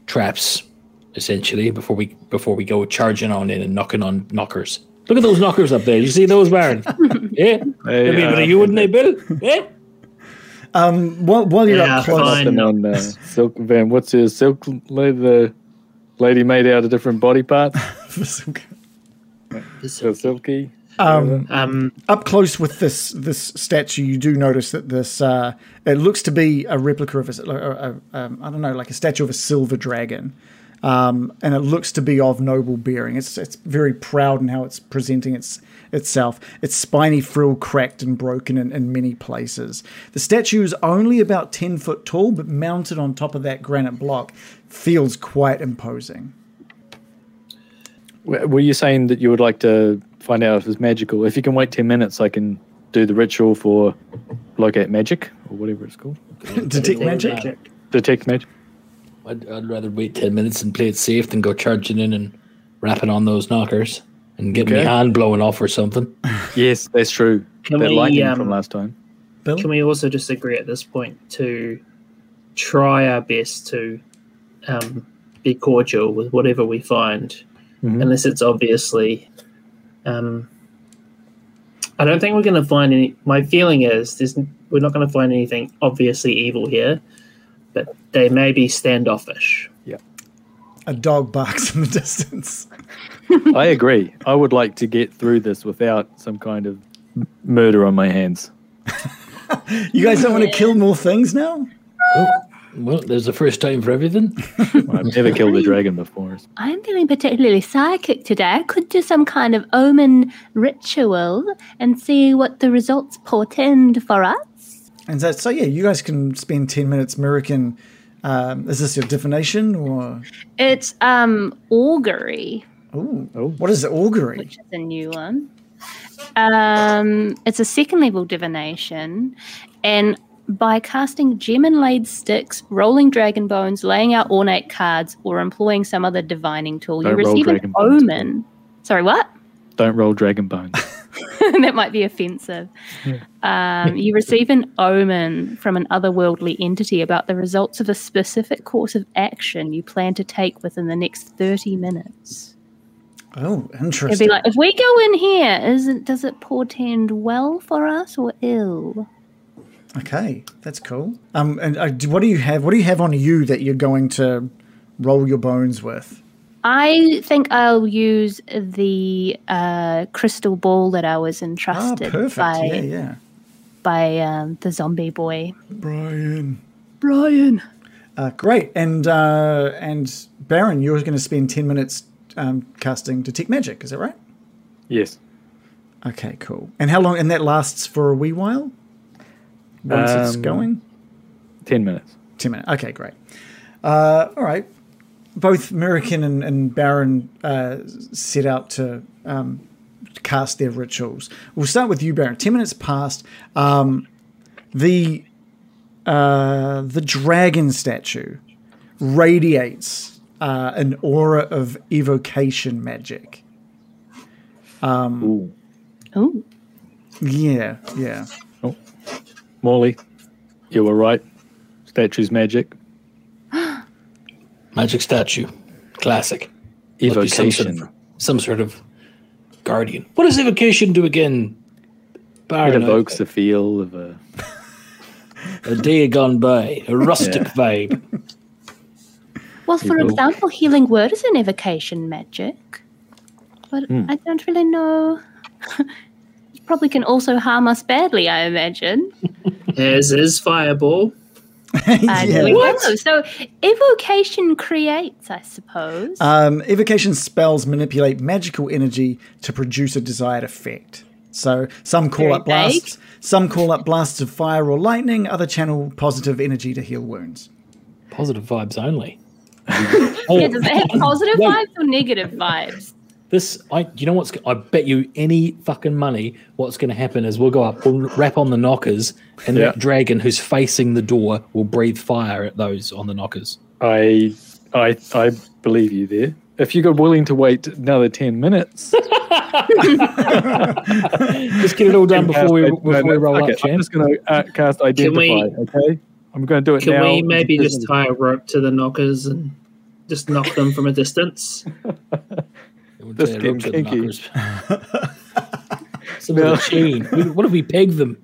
traps, essentially, before we before we go charging on in and knocking on knockers. Look at those knockers up there. You see those, Baron? yeah, They They'd be are- able to you, wouldn't they, Bill? Eh? Yeah. While, while you're Yeah, up close, fine. something on uh, silk van. What's your silk leather lady made out of different body parts? [laughs] So silky. Um, up close with this this statue, you do notice that this uh, it looks to be a replica of a, a, a um, I don't know, like a statue of a silver dragon, um, and it looks to be of noble bearing. It's it's very proud in how it's presenting its itself. Its spiny frill cracked and broken in, in many places. The statue is only about ten foot tall, but mounted on top of that granite block, feels quite imposing. W- Were you saying that you would like to find out if it's magical? If you can wait ten minutes, I can do the ritual for locate magic or whatever it's called. Detect magic. uh, Detect magic. I'd, I'd rather wait 10 minutes and play it safe than go charging in and rapping on those knockers and get my Okay. hand blown off or something. Yes, that's true. Can that we, lightning um, from last time. Bill? can we also just agree at this point to try our best to um, be cordial with whatever we find, unless it's obviously. Um, I don't think we're going to find any. My feeling is there's, we're not going to find anything obviously evil here, but they may be standoffish. A dog barks in the [laughs] distance. I agree. I would like to get through this without some kind of m- murder on my hands. You guys don't want to kill more things now? Well, there's the first time for everything. I've never killed a dragon before. I'm feeling particularly psychic today. I could do some kind of omen ritual and see what the results portend for us. And so, so yeah, you guys can spend 10 minutes American. Um, is this your divination or It's um augury, what is the augury? which is a new one. Um, it's a second level divination, and by casting gem inlaid sticks, rolling dragon bones, laying out ornate cards, or employing some other divining tool, you Don't roll receive an dragon bones. omen. Sorry, what? Don't roll dragon bones. [laughs] that might be offensive. Um, you receive an omen from an otherworldly entity about the results of a specific course of action you plan to take within the next 30 minutes. Oh, It'd be interesting. like, if we go in here, isn't, does it portend well for us or ill? okay, that's cool. Um, and uh, do- what do you have? What do you have on you that you're going to roll your bones with? I think I'll use the uh, crystal ball that I was Ah, entrusted perfect. by, Yeah, yeah. by um, the zombie boy. Brian. Brian. Uh, great. And uh, and Baron, you're going to spend ten minutes um, casting detect magic. Is that right? [laughs] yes. Okay, cool. And how long? And that lasts for a wee while. Once it's Um, going, 10 minutes. ten minutes. Okay, great. Uh, all right. Both Mirakin and, and Baron uh, set out to um, cast their rituals. We'll start with you, Baron. Ten minutes passed. Um, the uh, the dragon statue radiates uh, an aura of evocation magic. Um, Ooh. Oh, Yeah, yeah. [laughs] Morley, you were right. Statue's magic. Magic statue. Classic. Must be some sort of- Evocation. Some sort of guardian. What does evocation do again? It Baron, evokes the feel of a. a day gone by, a [laughs] rustic Yeah. vibe. Well, for Evoke. example, healing word is an evocation magic, but I don't really know. [laughs] it probably can also harm us badly, I imagine. As is Fireball. I Yeah. don't know. So evocation creates, I suppose. Um, evocation spells manipulate magical energy to produce a desired effect. So some call Very up blasts, some call up blasts of fire or lightning. Other channel positive energy to heal wounds. Positive vibes [laughs] only. Oh, yeah, does it have positive vibes or negative vibes? This, I, you know what's? I bet you any fucking money. What's going to happen is we'll go up, we'll rap on the knockers, and Yeah. that dragon who's facing the door will breathe fire at those on the knockers. I, I, I believe you there. If you are willing to wait another 10 [laughs] minutes. Let's get it all [laughs] done before we No, before we no, roll fuck up, it. I'm champ. just going to uh, cast identify, we- okay? I'm going to do it Can now. we maybe just tie a rope to the knockers and just knock them from a distance? This Yeah, getting ropes are the kinky. [laughs] knockers. Some of the chain. We- What if we peg them?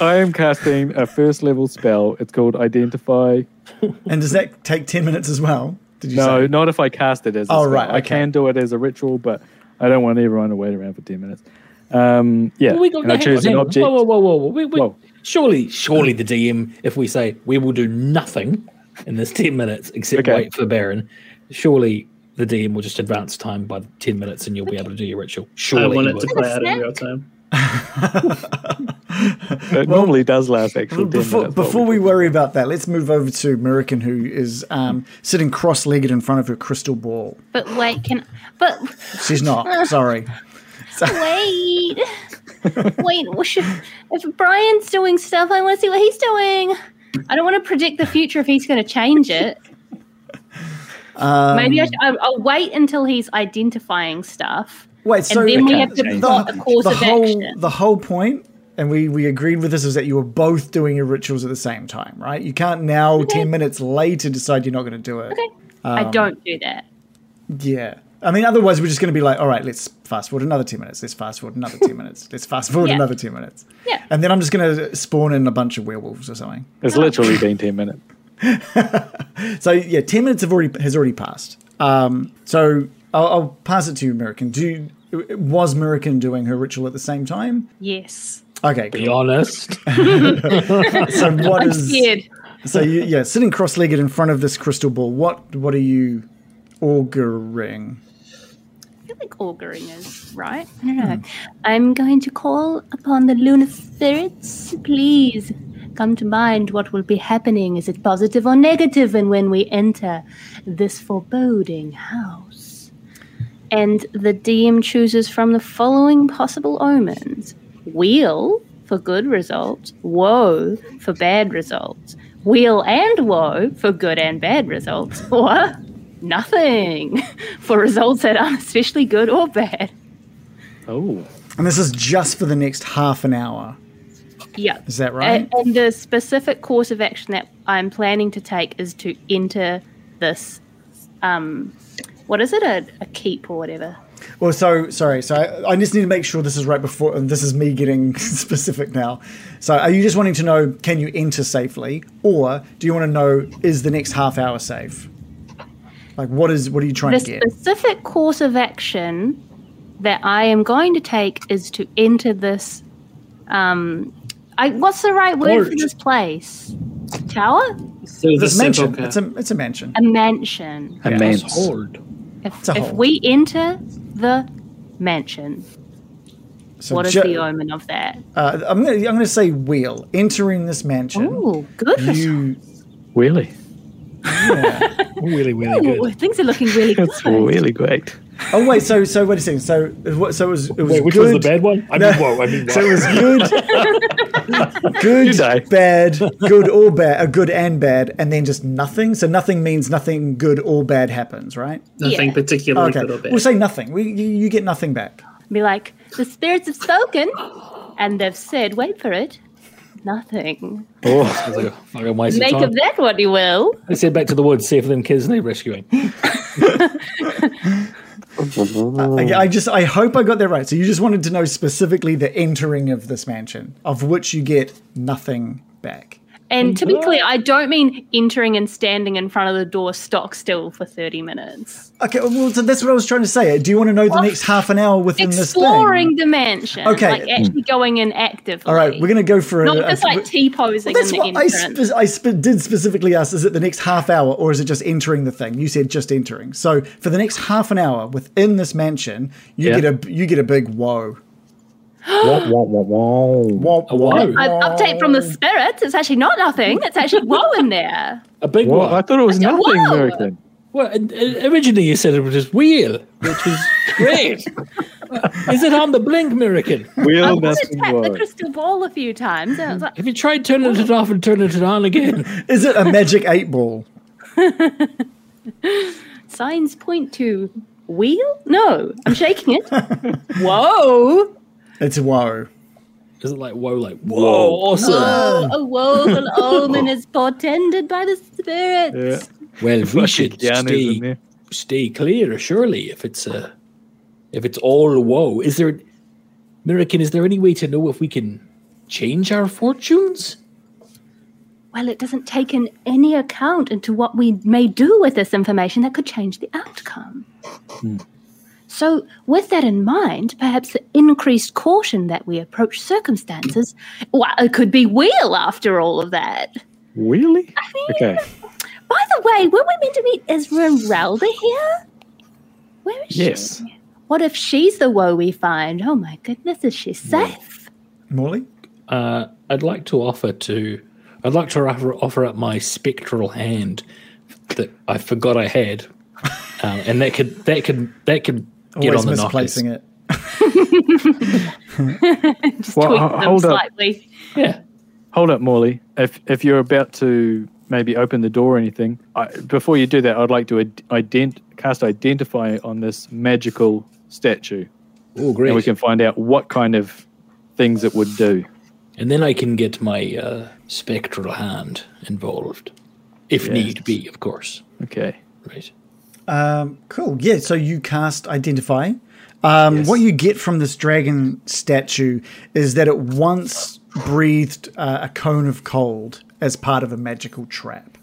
I am casting a first level spell. It's called Identify. And does that take ten minutes as well? Did you No, say? not if I cast it as a Oh, spell. right, I okay. can do it as a ritual, but I don't want everyone to wait around for 10 minutes. Um, yeah, Well, we got and I hang on, choose an hang on. object. Whoa, whoa, whoa, whoa, whoa. We- we- Whoa. Surely, surely the DM, if we say we will do nothing in this 10 minutes except Okay. wait for Baron, surely the DM will just advance time by 10 minutes and you'll be able to do your ritual. I Surely. want you it to will. play out in real time. It normally does last actually. 10 Before, minutes, but before we can- worry about that, let's move over to Mirakin, who is um, sitting cross-legged in front of her crystal ball. But wait, can but She's not. sorry. wait, wait. we should- If Brian's doing stuff, I want to see what he's doing. I don't want to predict the future if he's going to change it. Maybe I should, I'll, I'll wait until he's identifying stuff. Wait, so then we have to plot the course of whole, action. The whole point, and we, we agreed with this, is that you were both doing your rituals at the same time, right? You can't now, 10 minutes later, decide you're not going to do it. Okay, I don't do that. Yeah. I mean, otherwise, we're just going to be like, all right, let's fast forward another 10 minutes. Let's fast forward another 10 minutes. Let's fast forward Yeah. another 10 minutes. Yeah. And then I'm just going to spawn in a bunch of werewolves or something. It's literally been 10 minutes. So, yeah, 10 minutes have already has already passed. Um, so I'll, I'll pass it to you, Mirakin. Do you, was Mirakin doing her ritual at the same time? Yes. Okay, Be cool. [laughs] honest. so what is Scared. so you, yeah sitting cross-legged in front of this crystal ball? What what are you auguring? I feel like auguring is right. I don't know. I'm going to call upon the lunar spirits. Please come to mind what will be happening. Is it positive or negative? And when we enter this foreboding house, and the DM chooses from the following possible omens: wheel for good results, woe for bad results, wheel and woe for good and bad results, or [laughs] nothing [laughs] for results that aren't especially good or bad. Oh, And this is just for the next half an hour. Yeah. Is that right? And, and the specific course of action that I'm planning to take is to enter this, um, what is it, a, a keep or whatever? well, so sorry. So I, I just need to make sure this is right before. And this is me getting [laughs] specific now. So are you just wanting to know can you enter safely, or do you want to know is the next half hour safe? Like what is what are you trying The to get? specific course of action that I am going to take is to enter this. Um, I, what's the right word for Porch. this place? Tower? It's So a the mansion. sepulchre. It's a it's a mansion. A mansion. a manse. If, a if hole. we enter the mansion, So what is ju- the omen of that? uh, I'm gonna I'm gonna say wheel entering this mansion. Oh, good. You Really? Really, really Ooh, good. things are looking [laughs] really good. That's really great. oh wait so so wait a second so it wa- so it was it was Wait, which good, was the bad one? I No. mean, whoa, I mean, So it whoa. was good, [laughs] good, You die. bad, good or bad, a good and bad, and then just nothing. So nothing means nothing good or bad happens, right? Nothing Yeah. particularly Okay, good or bad. we'll say nothing. We you, you get nothing back. Be like, the spirits have spoken, and they've said, wait for it, nothing. I was like, fuck, I'm wasting Make time. of that what you will. Let's head back to the woods, see if them kids need rescuing. Oh. I, I just I hope I got that right. So you just wanted to know specifically the entering of this mansion, of which you get nothing back. And to be clear, I don't mean entering and standing in front of the door stock still for 30 minutes. Okay, well so that's what I was trying to say. Do you want to know the next half an hour within this thing? Exploring the mansion. Okay. Mm. Like actually going in actively. All right, we're gonna go for a. Not a- just like T posing in that's the what I, entrance. spe- I spe- did specifically ask is it the next half hour or is it just entering the thing you said just entering so for the next half an hour within this mansion you Yeah. get a you get a big whoa Wah, wah, wah, wah. whoa whoa. An update from the spirits. It's actually not nothing. [laughs] It's actually woe in there. A big What? I one. thought it was Yeah, nothing, whoa. American. Well, and- and originally you said it was just wheel, which [laughs] was great. Is it on the blink, Mirakin? Wheel, I nothing, tapped the whoa. crystal ball a few times, and [laughs] I was like, Have you tried turning it off and turning it on again? is it a magic eight ball signs point to wheel? No, I'm [laughs] shaking it. Whoa! it's a whoa Is it like whoa, like whoa, awesome? Oh, a woeful omen is portended by the spirits. Well, we should Keanu's in stay, there. stay clear, surely. If it's uh, if it's all woe, is there, Mirakin? Is there any way to know if we can change our fortunes? Well, it doesn't take in any account into what we may do with this information that could change the outcome. Hmm. So, with that in mind, perhaps the increased caution that we approach circumstances, [clears throat] well, it could be wheel after all of that. Really? Okay. By the way, were we meant to meet Ezra Relda here? Where is Yes. she? What if she's the woe we find? Oh my goodness, is she safe? morley Uh, I'd like to offer to, I'd like to offer, offer up my spectral hand that I forgot I had, um, and that could that could that could get always on the misplacing knockers. it Well, Tweak ho- them hold up, slightly. Yeah, hold up, Morley. If if you're about to maybe open the door or anything, I, before you do that, I'd like to ad- ident- cast identify on this magical statue, oh great! and And, we can find out what kind of things it would do. then I can get my uh, spectral hand involved, if need be, of course. Okay. Right. um cool yeah so you cast identify um what you get from this dragon statue is that it once breathed uh, a cone of cold as part of a magical trap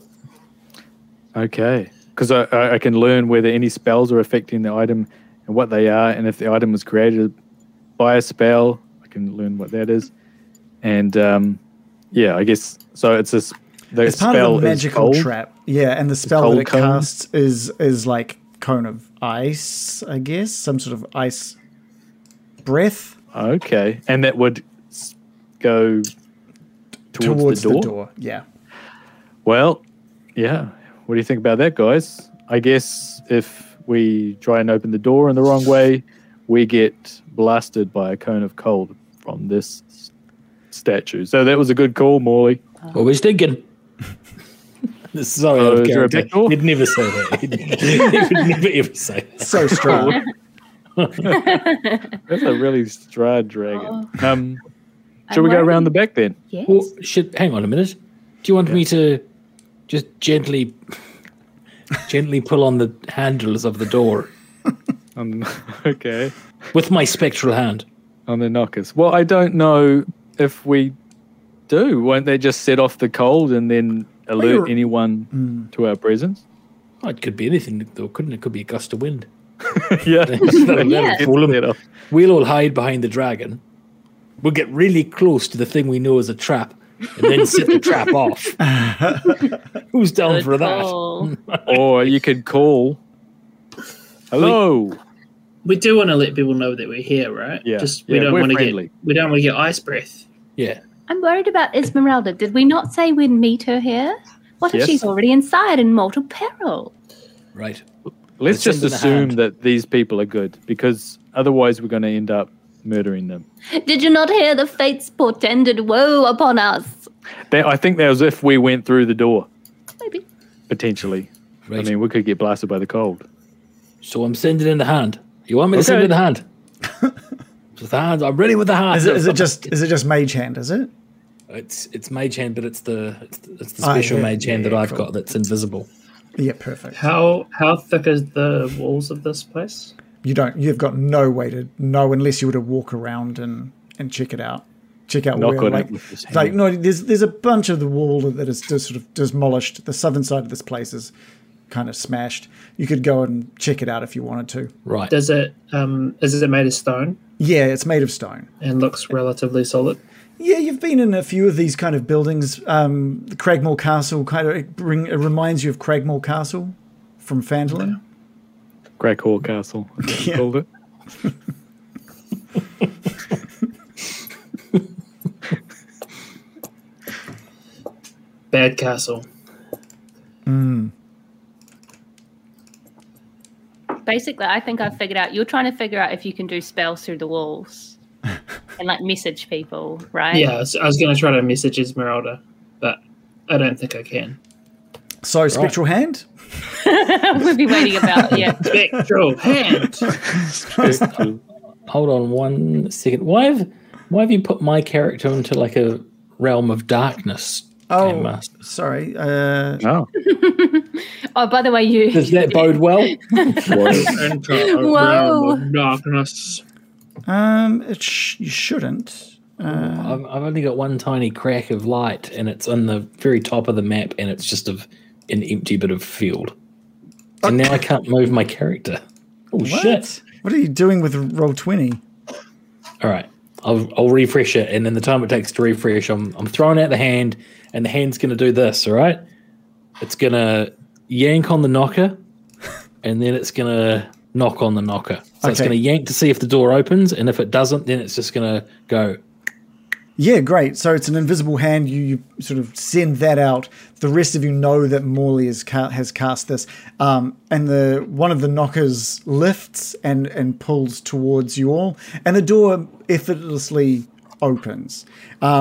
Okay. because I, I, I can learn whether any spells are affecting the item and what they are, and if the item was created by a spell, I can learn what that is. And um, yeah, I guess so. It's this. The It's spell part of a is magical cold. trap. Yeah, and the spell that cold it cone. casts is is like cone of ice, I guess, some sort of ice breath Okay, and that would s- go towards, towards the door. Yeah. Well, yeah. What do you think about that, guys? I guess if we try and open the door in the wrong way, we get blasted by a cone of cold from this s- statue. So that was a good call, Morley. What was [laughs] thinking? Sorry, Oh, out of is there a character. backdoor? He'd never say that. He'd, [laughs] he would never ever say that. So strong. That's a really stride dragon. Um, I'm should we go worried. around the back then? Yes. Oh, Well, should, hang on a minute. Do you want me to Just gently, gently pull on the handles of the door Um, [laughs] okay. with my spectral hand. on the knockers. Well, I don't know if we do. Won't they just set off the cold and then alert you're- anyone to our presence? Oh, it could be anything, though, couldn't it? It could be a gust of wind. [laughs] yeah. That'll- that'll It's fool 'em. set off. We'll all hide behind the dragon. We'll get really close to the thing we know is a trap and then set [laughs] the trap off. [laughs] Who's down Good for that? call. Or you could call. Hello. We do want to let people know that we're here, right? Yeah. Just we Yeah, don't we're want to friendly. get we don't want to get ice breath. Yeah. I'm worried about Esmeralda. Did we not say we'd meet her here? What if Yes. she's already inside in mortal peril? Right. Let's Let's just send them a assume hand. that these people are good because otherwise we're going to end up murdering them. Did you not hear the fates portended woe upon us? That, I think that was if we went through the door, Maybe. potentially. Right. I mean, we could get blasted by the cold. so I'm sending in the hand. You want me to Okay. send in the [laughs] hand? With the hand. I'm ready with the hand. Is it, is it just is it just mage hand, is it? It's it's mage hand, but it's the it's the, it's the Ah, special yeah, mage hand yeah, that I've cool. got that's invisible. Yeah, perfect. How how thick is the walls of this place? You don't you've got no way to know unless you were to walk around and and check it out. Check out Knock where on it like, with this hand. like no there's there's a bunch of the wall that is just sort of demolished. The southern side of this place is kind of smashed. You could go and check it out if you wanted to. Right. Does it um is it made of stone Yeah, it's made of stone. and looks relatively solid? Yeah, you've been in a few of these kind of buildings. Um, the Cragmore Castle kind of it, bring, it reminds you of Cragmore Castle from Phandalin. Crack Hall Castle. I think we Yeah. called it. [laughs] Bad castle. Basically, I think I've figured out you're trying to figure out if you can do spells through the walls and like message people, right? Yeah, I was, I was going to try to message Esmeralda, but I don't think I can. So spectral hand. we'll be waiting about. Yeah. [laughs] Spectral hand. Hold on one second. Why have why have you put my character into like a realm of darkness? Game Oh, Master? sorry. Uh, Oh. Oh, by the way, you. Does that bode well? Enter a Whoa. realm of Oh, darkness. um, it sh- you shouldn't. I've, I've only got one tiny crack of light, and it's on the very top of the map, and it's just of an empty bit of field. And now I can't move my character. Oh shit! What are you doing with roll twenty? All right, I'll, I'll refresh it, and in the time it takes to refresh, I'm I'm throwing out the hand, and the hand's gonna do this. All right, it's gonna yank on the [laughs] knocker, and then it's gonna knock on the knocker. So it's Okay. gonna yank to see if the door opens, and if it doesn't, then it's just gonna go. Yeah, great. So it's an invisible hand. You, you sort of send that out. The rest of you know that Morley has, ca- has cast this, um, and the one of the knockers lifts and and pulls towards you all, and the door effortlessly opens.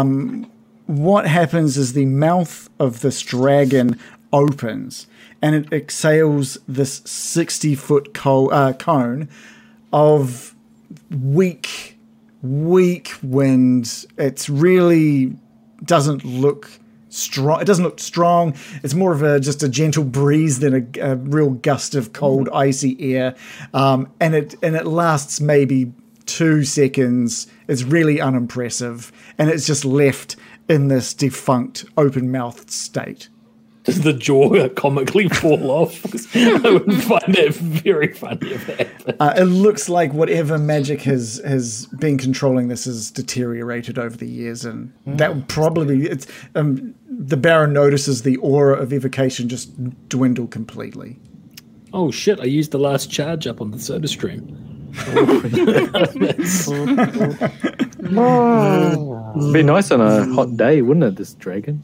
Um, what happens is the mouth of this dragon opens, and it exhales this sixty foot co- uh, cone of weak weak wind. It's really doesn't look strong. It doesn't look strong. It's more of a just a gentle breeze than a, a real gust of cold, icy air. Um, and it and it lasts maybe two seconds. It's really unimpressive, and it's just left in this defunct, open mouthed state. Does [laughs] the jaw comically fall [laughs] off? 'Cause I would find it very funny if that happened. Uh, it looks like whatever magic has has been controlling this has deteriorated over the years, and that would probably it's um, the Baron notices the aura of evocation just dwindle completely. Oh shit! I used the last charge up on the soda stream. It'd be nice on a hot day, wouldn't it? This dragon.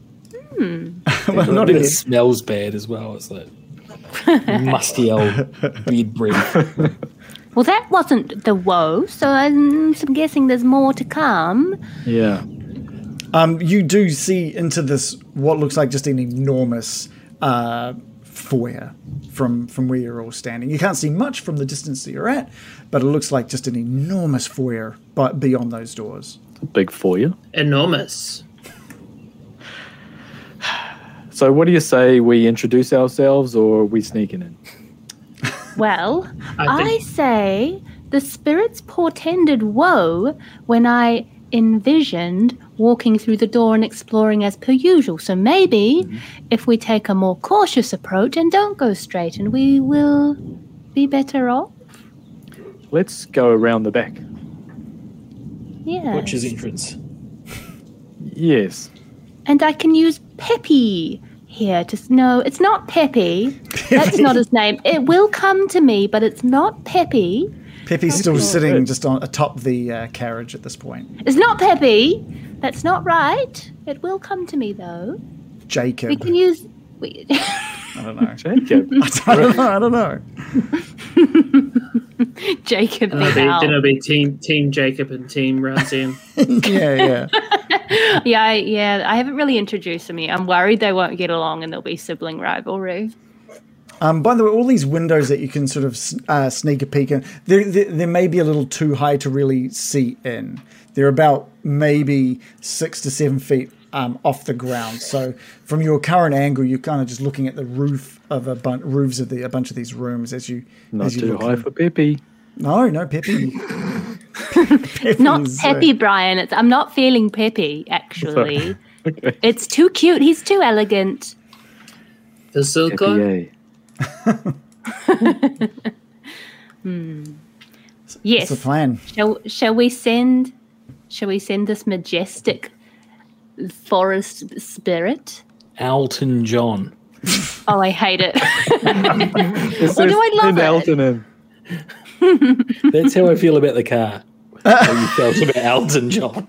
well, not It again. smells bad as well. [laughs] It's like musty old beard breath. [laughs] Well, that wasn't the woe, so I'm, I'm guessing there's more to come. Yeah. Um, you do see into this what looks like just an enormous uh, foyer from from where you're all standing. You can't see much from the distance that you're at, but it looks like just an enormous foyer, but beyond those doors. Big for you. Enormous. So, what do you say we introduce ourselves or are we sneaking in? Well, I I think say the spirits portended woe when I envisioned walking through the door and exploring as per usual. So maybe if we take a more cautious approach and don't go straight, and we will be better off. Let's go around the back. Yeah. Butcher's entrance. Yes. and I can use Peppy here. Just no, it's not Peppy. That's not his name. It will come to me, but it's not Peppy. Peppy's still sitting good. just on atop the uh, carriage at this point. It's not Peppy. That's not right. It will come to me though. Jacob, We can use. We, I don't know. [laughs] Jacob. [laughs] I don't know. I don't know. Jacob Uh, and it'll the be, then it'll owl. be team team Jacob and team Razim. [laughs] Yeah, yeah. Yeah, I- yeah. I haven't really introduced them yet. I'm worried they won't get along and there'll be sibling rivalry. Um, by the way, all these windows that you can sort of s- uh, sneak a peek in, they they they may be a little too high to really see in. They're about maybe six to seven feet um, off the ground. So from your current angle, you're kind of just looking at the roof of a bunch roofs of the a bunch of these rooms as you Not as you too look high in. for Peppy. No, no, [laughs] Peppy. Not Peppy's, uh, Peppy, Brian. It's, I'm not feeling Peppy [laughs] actually. Okay. It's too cute. He's too elegant. [laughs] The silk one? Oh, Peppy, Yes. That's the plan. Shall, shall we send? Shall we send this majestic forest spirit? Alton John. Oh, I hate [laughs] it. eh? It's Or do just I love in it? Elton and- That's how I feel about the car. How you felt about [laughs] Alton John.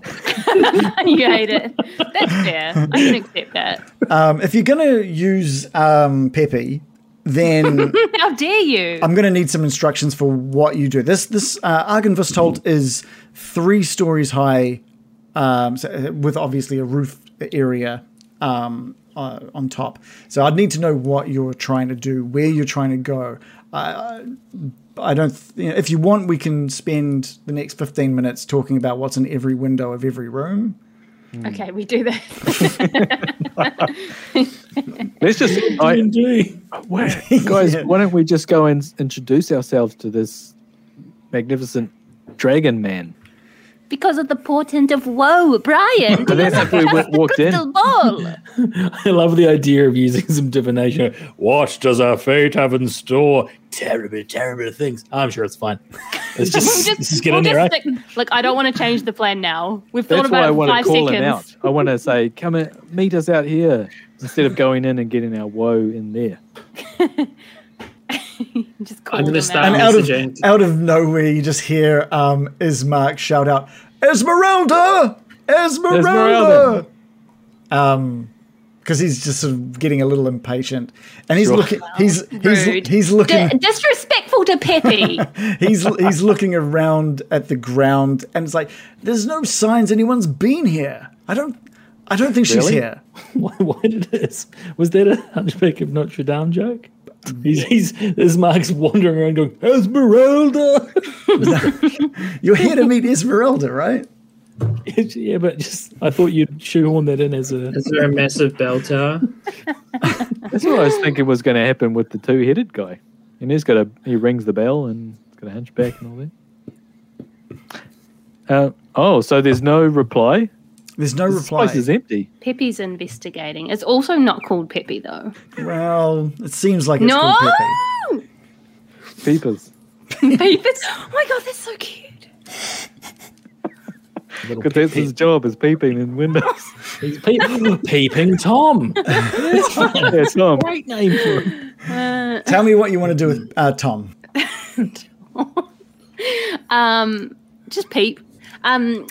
you hate it. That's fair. I can accept that. Um, if you're gonna use um, Peppy, then. How dare you? I'm going to need some instructions for what you do. This this uh, Argenvistolt is three stories high, um, so, uh, with obviously a roof area um, uh, on top. So I'd need to know what you're trying to do, where you're trying to go. Uh, I don't. Th- you know, if you want, we can spend the next 15 minutes talking about what's in every window of every room. okay, we do that. Let's [laughs] just. I, [laughs] Where- guys, Yeah. why don't we just go and introduce ourselves to this magnificent [laughs] dragon man? Because of the portent of woe, [laughs] Brian. But that's if we w- walked in. Crystal [laughs] ball. I love the idea of using some divination. What does our fate have in store? Terrible, terrible things. I'm sure it's fine. Let's just, let's just get we'll in there, eh? just right? stick- Look, I don't want to change the plan now. We've thought That's why I about it for want to five call him seconds. out. I want to say, come and meet us out here instead of going in and getting our woe in there. [laughs] Just call I'm them gonna out. start And out of messaging. out of nowhere, you just hear um, Ismark shout out, "Esmeralda, Esmeralda!" Esmeralda. Um, because he's just sort of getting a little impatient, and he's looking, he's Rude. he's he's [laughs] looking, D- disrespectful to [laughs] Peppy. he's he's looking around at the ground, and it's like, "There's no signs anyone's been here. I don't, I don't think she's Really? here." [laughs] Why, why did this? Was that a Hunchback of Notre Dame joke? He's, he's there's Mark's wandering around going Esmeralda. [laughs] You're here to meet Esmeralda, right? yeah, but just I thought you'd shoehorn that in as a. Is there a massive bell tower? That's what I was thinking was going to happen with the two-headed guy. And he's got a he rings the bell and he's got a hunchback and all that. Uh, oh, so there's no reply. There's no This reply. place is empty. Pepe's investigating. It's also not called Pepe though. Well, it seems like it's No! called Pepe. Peepers. Pepe's. Oh my god, that's so cute. Little Because [laughs] that's his job is peeping in windows. [laughs] peep- peep- peeping Tom. that's Tom. [laughs] Great name for him. Tell me what you want to do with uh, Tom. Um, just peep. Um,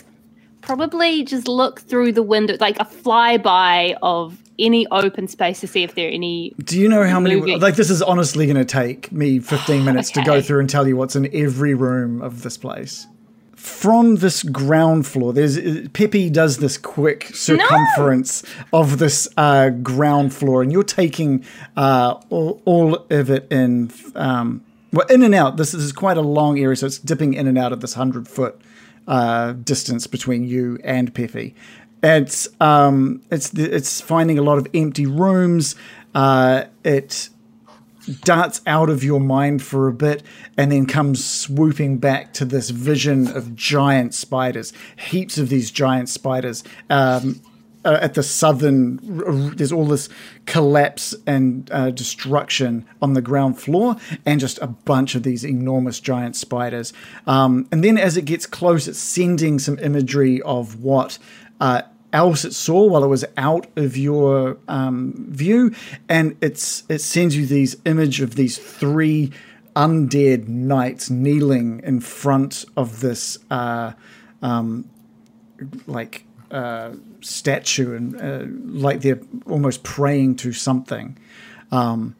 probably just look through the window, like a flyby of any open space to see if there are any. Do you know how many? Movie. Like, this is honestly going to take me [sighs] 15 minutes to go Okay. through and tell you what's in every room of this place. From this ground floor, there's uh, Pepe does this quick circumference of this uh, ground floor, and you're taking uh, all, all of it in. Um, well, in and out. This is quite a long area, so it's dipping in and out of this hundred foot uh, distance between you and Pepe. It's um, it's it's finding a lot of empty rooms. Uh, it darts out of your mind for a bit and then comes swooping back to this vision of giant spiders, heaps of these giant spiders. Um, uh, at the southern, r- r- there's all this collapse and uh, destruction on the ground floor, and just a bunch of these enormous giant spiders. Um, and then as it gets close, it's sending some imagery of what uh, else it saw while it was out of your um, view, and it's it sends you these image of these three undead knights kneeling in front of this uh, um, like uh, statue and uh, like they're almost praying to something um,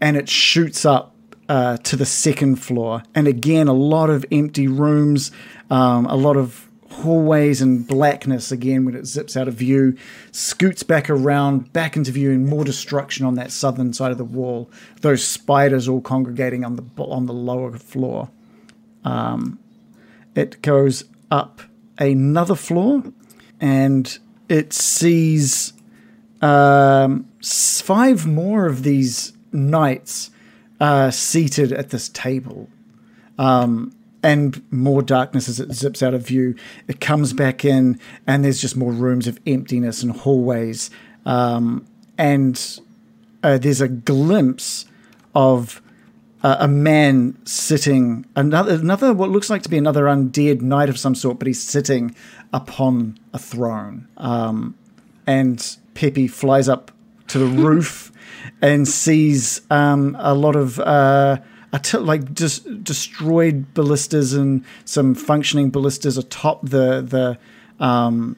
and it shoots up uh, to the second floor. And again, a lot of empty rooms, um, a lot of hallways and blackness again when it zips out of view, scoots back around, back into view, and more destruction on that southern side of the wall. Those spiders all congregating on the bo- on the lower floor. Um, it goes up another floor, and it sees um, s- five more of these knights uh, seated at this table. Um, and more darkness as it zips out of view. It comes back in, and there's just more rooms of emptiness and hallways. Um, and uh, there's a glimpse of uh, a man sitting another another what looks like to be another undead knight of some sort, but he's sitting upon a throne Um, and Pepe flies up to the roof and sees um, a lot of uh, artil- like dis- destroyed ballistas and some functioning ballistas atop the the um,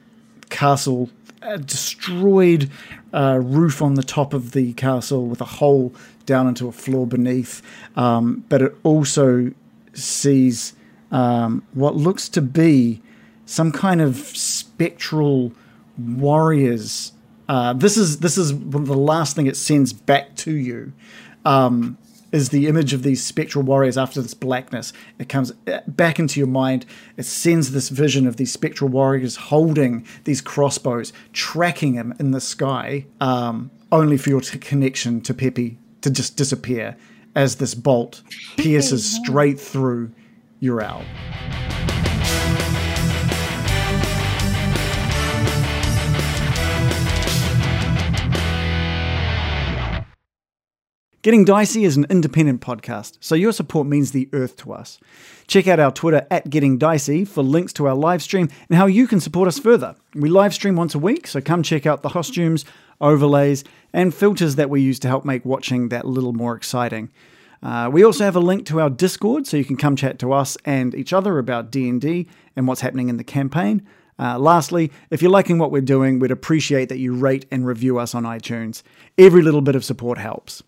castle, a destroyed uh, roof on the top of the castle with a hole down into a floor beneath. Um, but it also sees um, what looks to be some kind of spectral warriors. Uh, this is this is one of the last thing it sends back to you. Um, is the image of these spectral warriors after this blackness? It comes uh, back into your mind. It sends this vision of these spectral warriors holding these crossbows, tracking him in the sky, um, only for your t- connection to Pepe to just disappear as this bolt pierces straight through your owl. Getting Dicey is an independent podcast, so your support means the earth to us. Check out our Twitter at Getting Dicey for links to our live stream and how you can support us further. We live stream once a week, so come check out the costumes, overlays, and filters that we use to help make watching that little more exciting. Uh, we also have a link to our Discord, so you can come chat to us and each other about D&D and what's happening in the campaign. Uh, lastly, if you're liking what we're doing, we'd appreciate that you rate and review us on iTunes. Every little bit of support helps.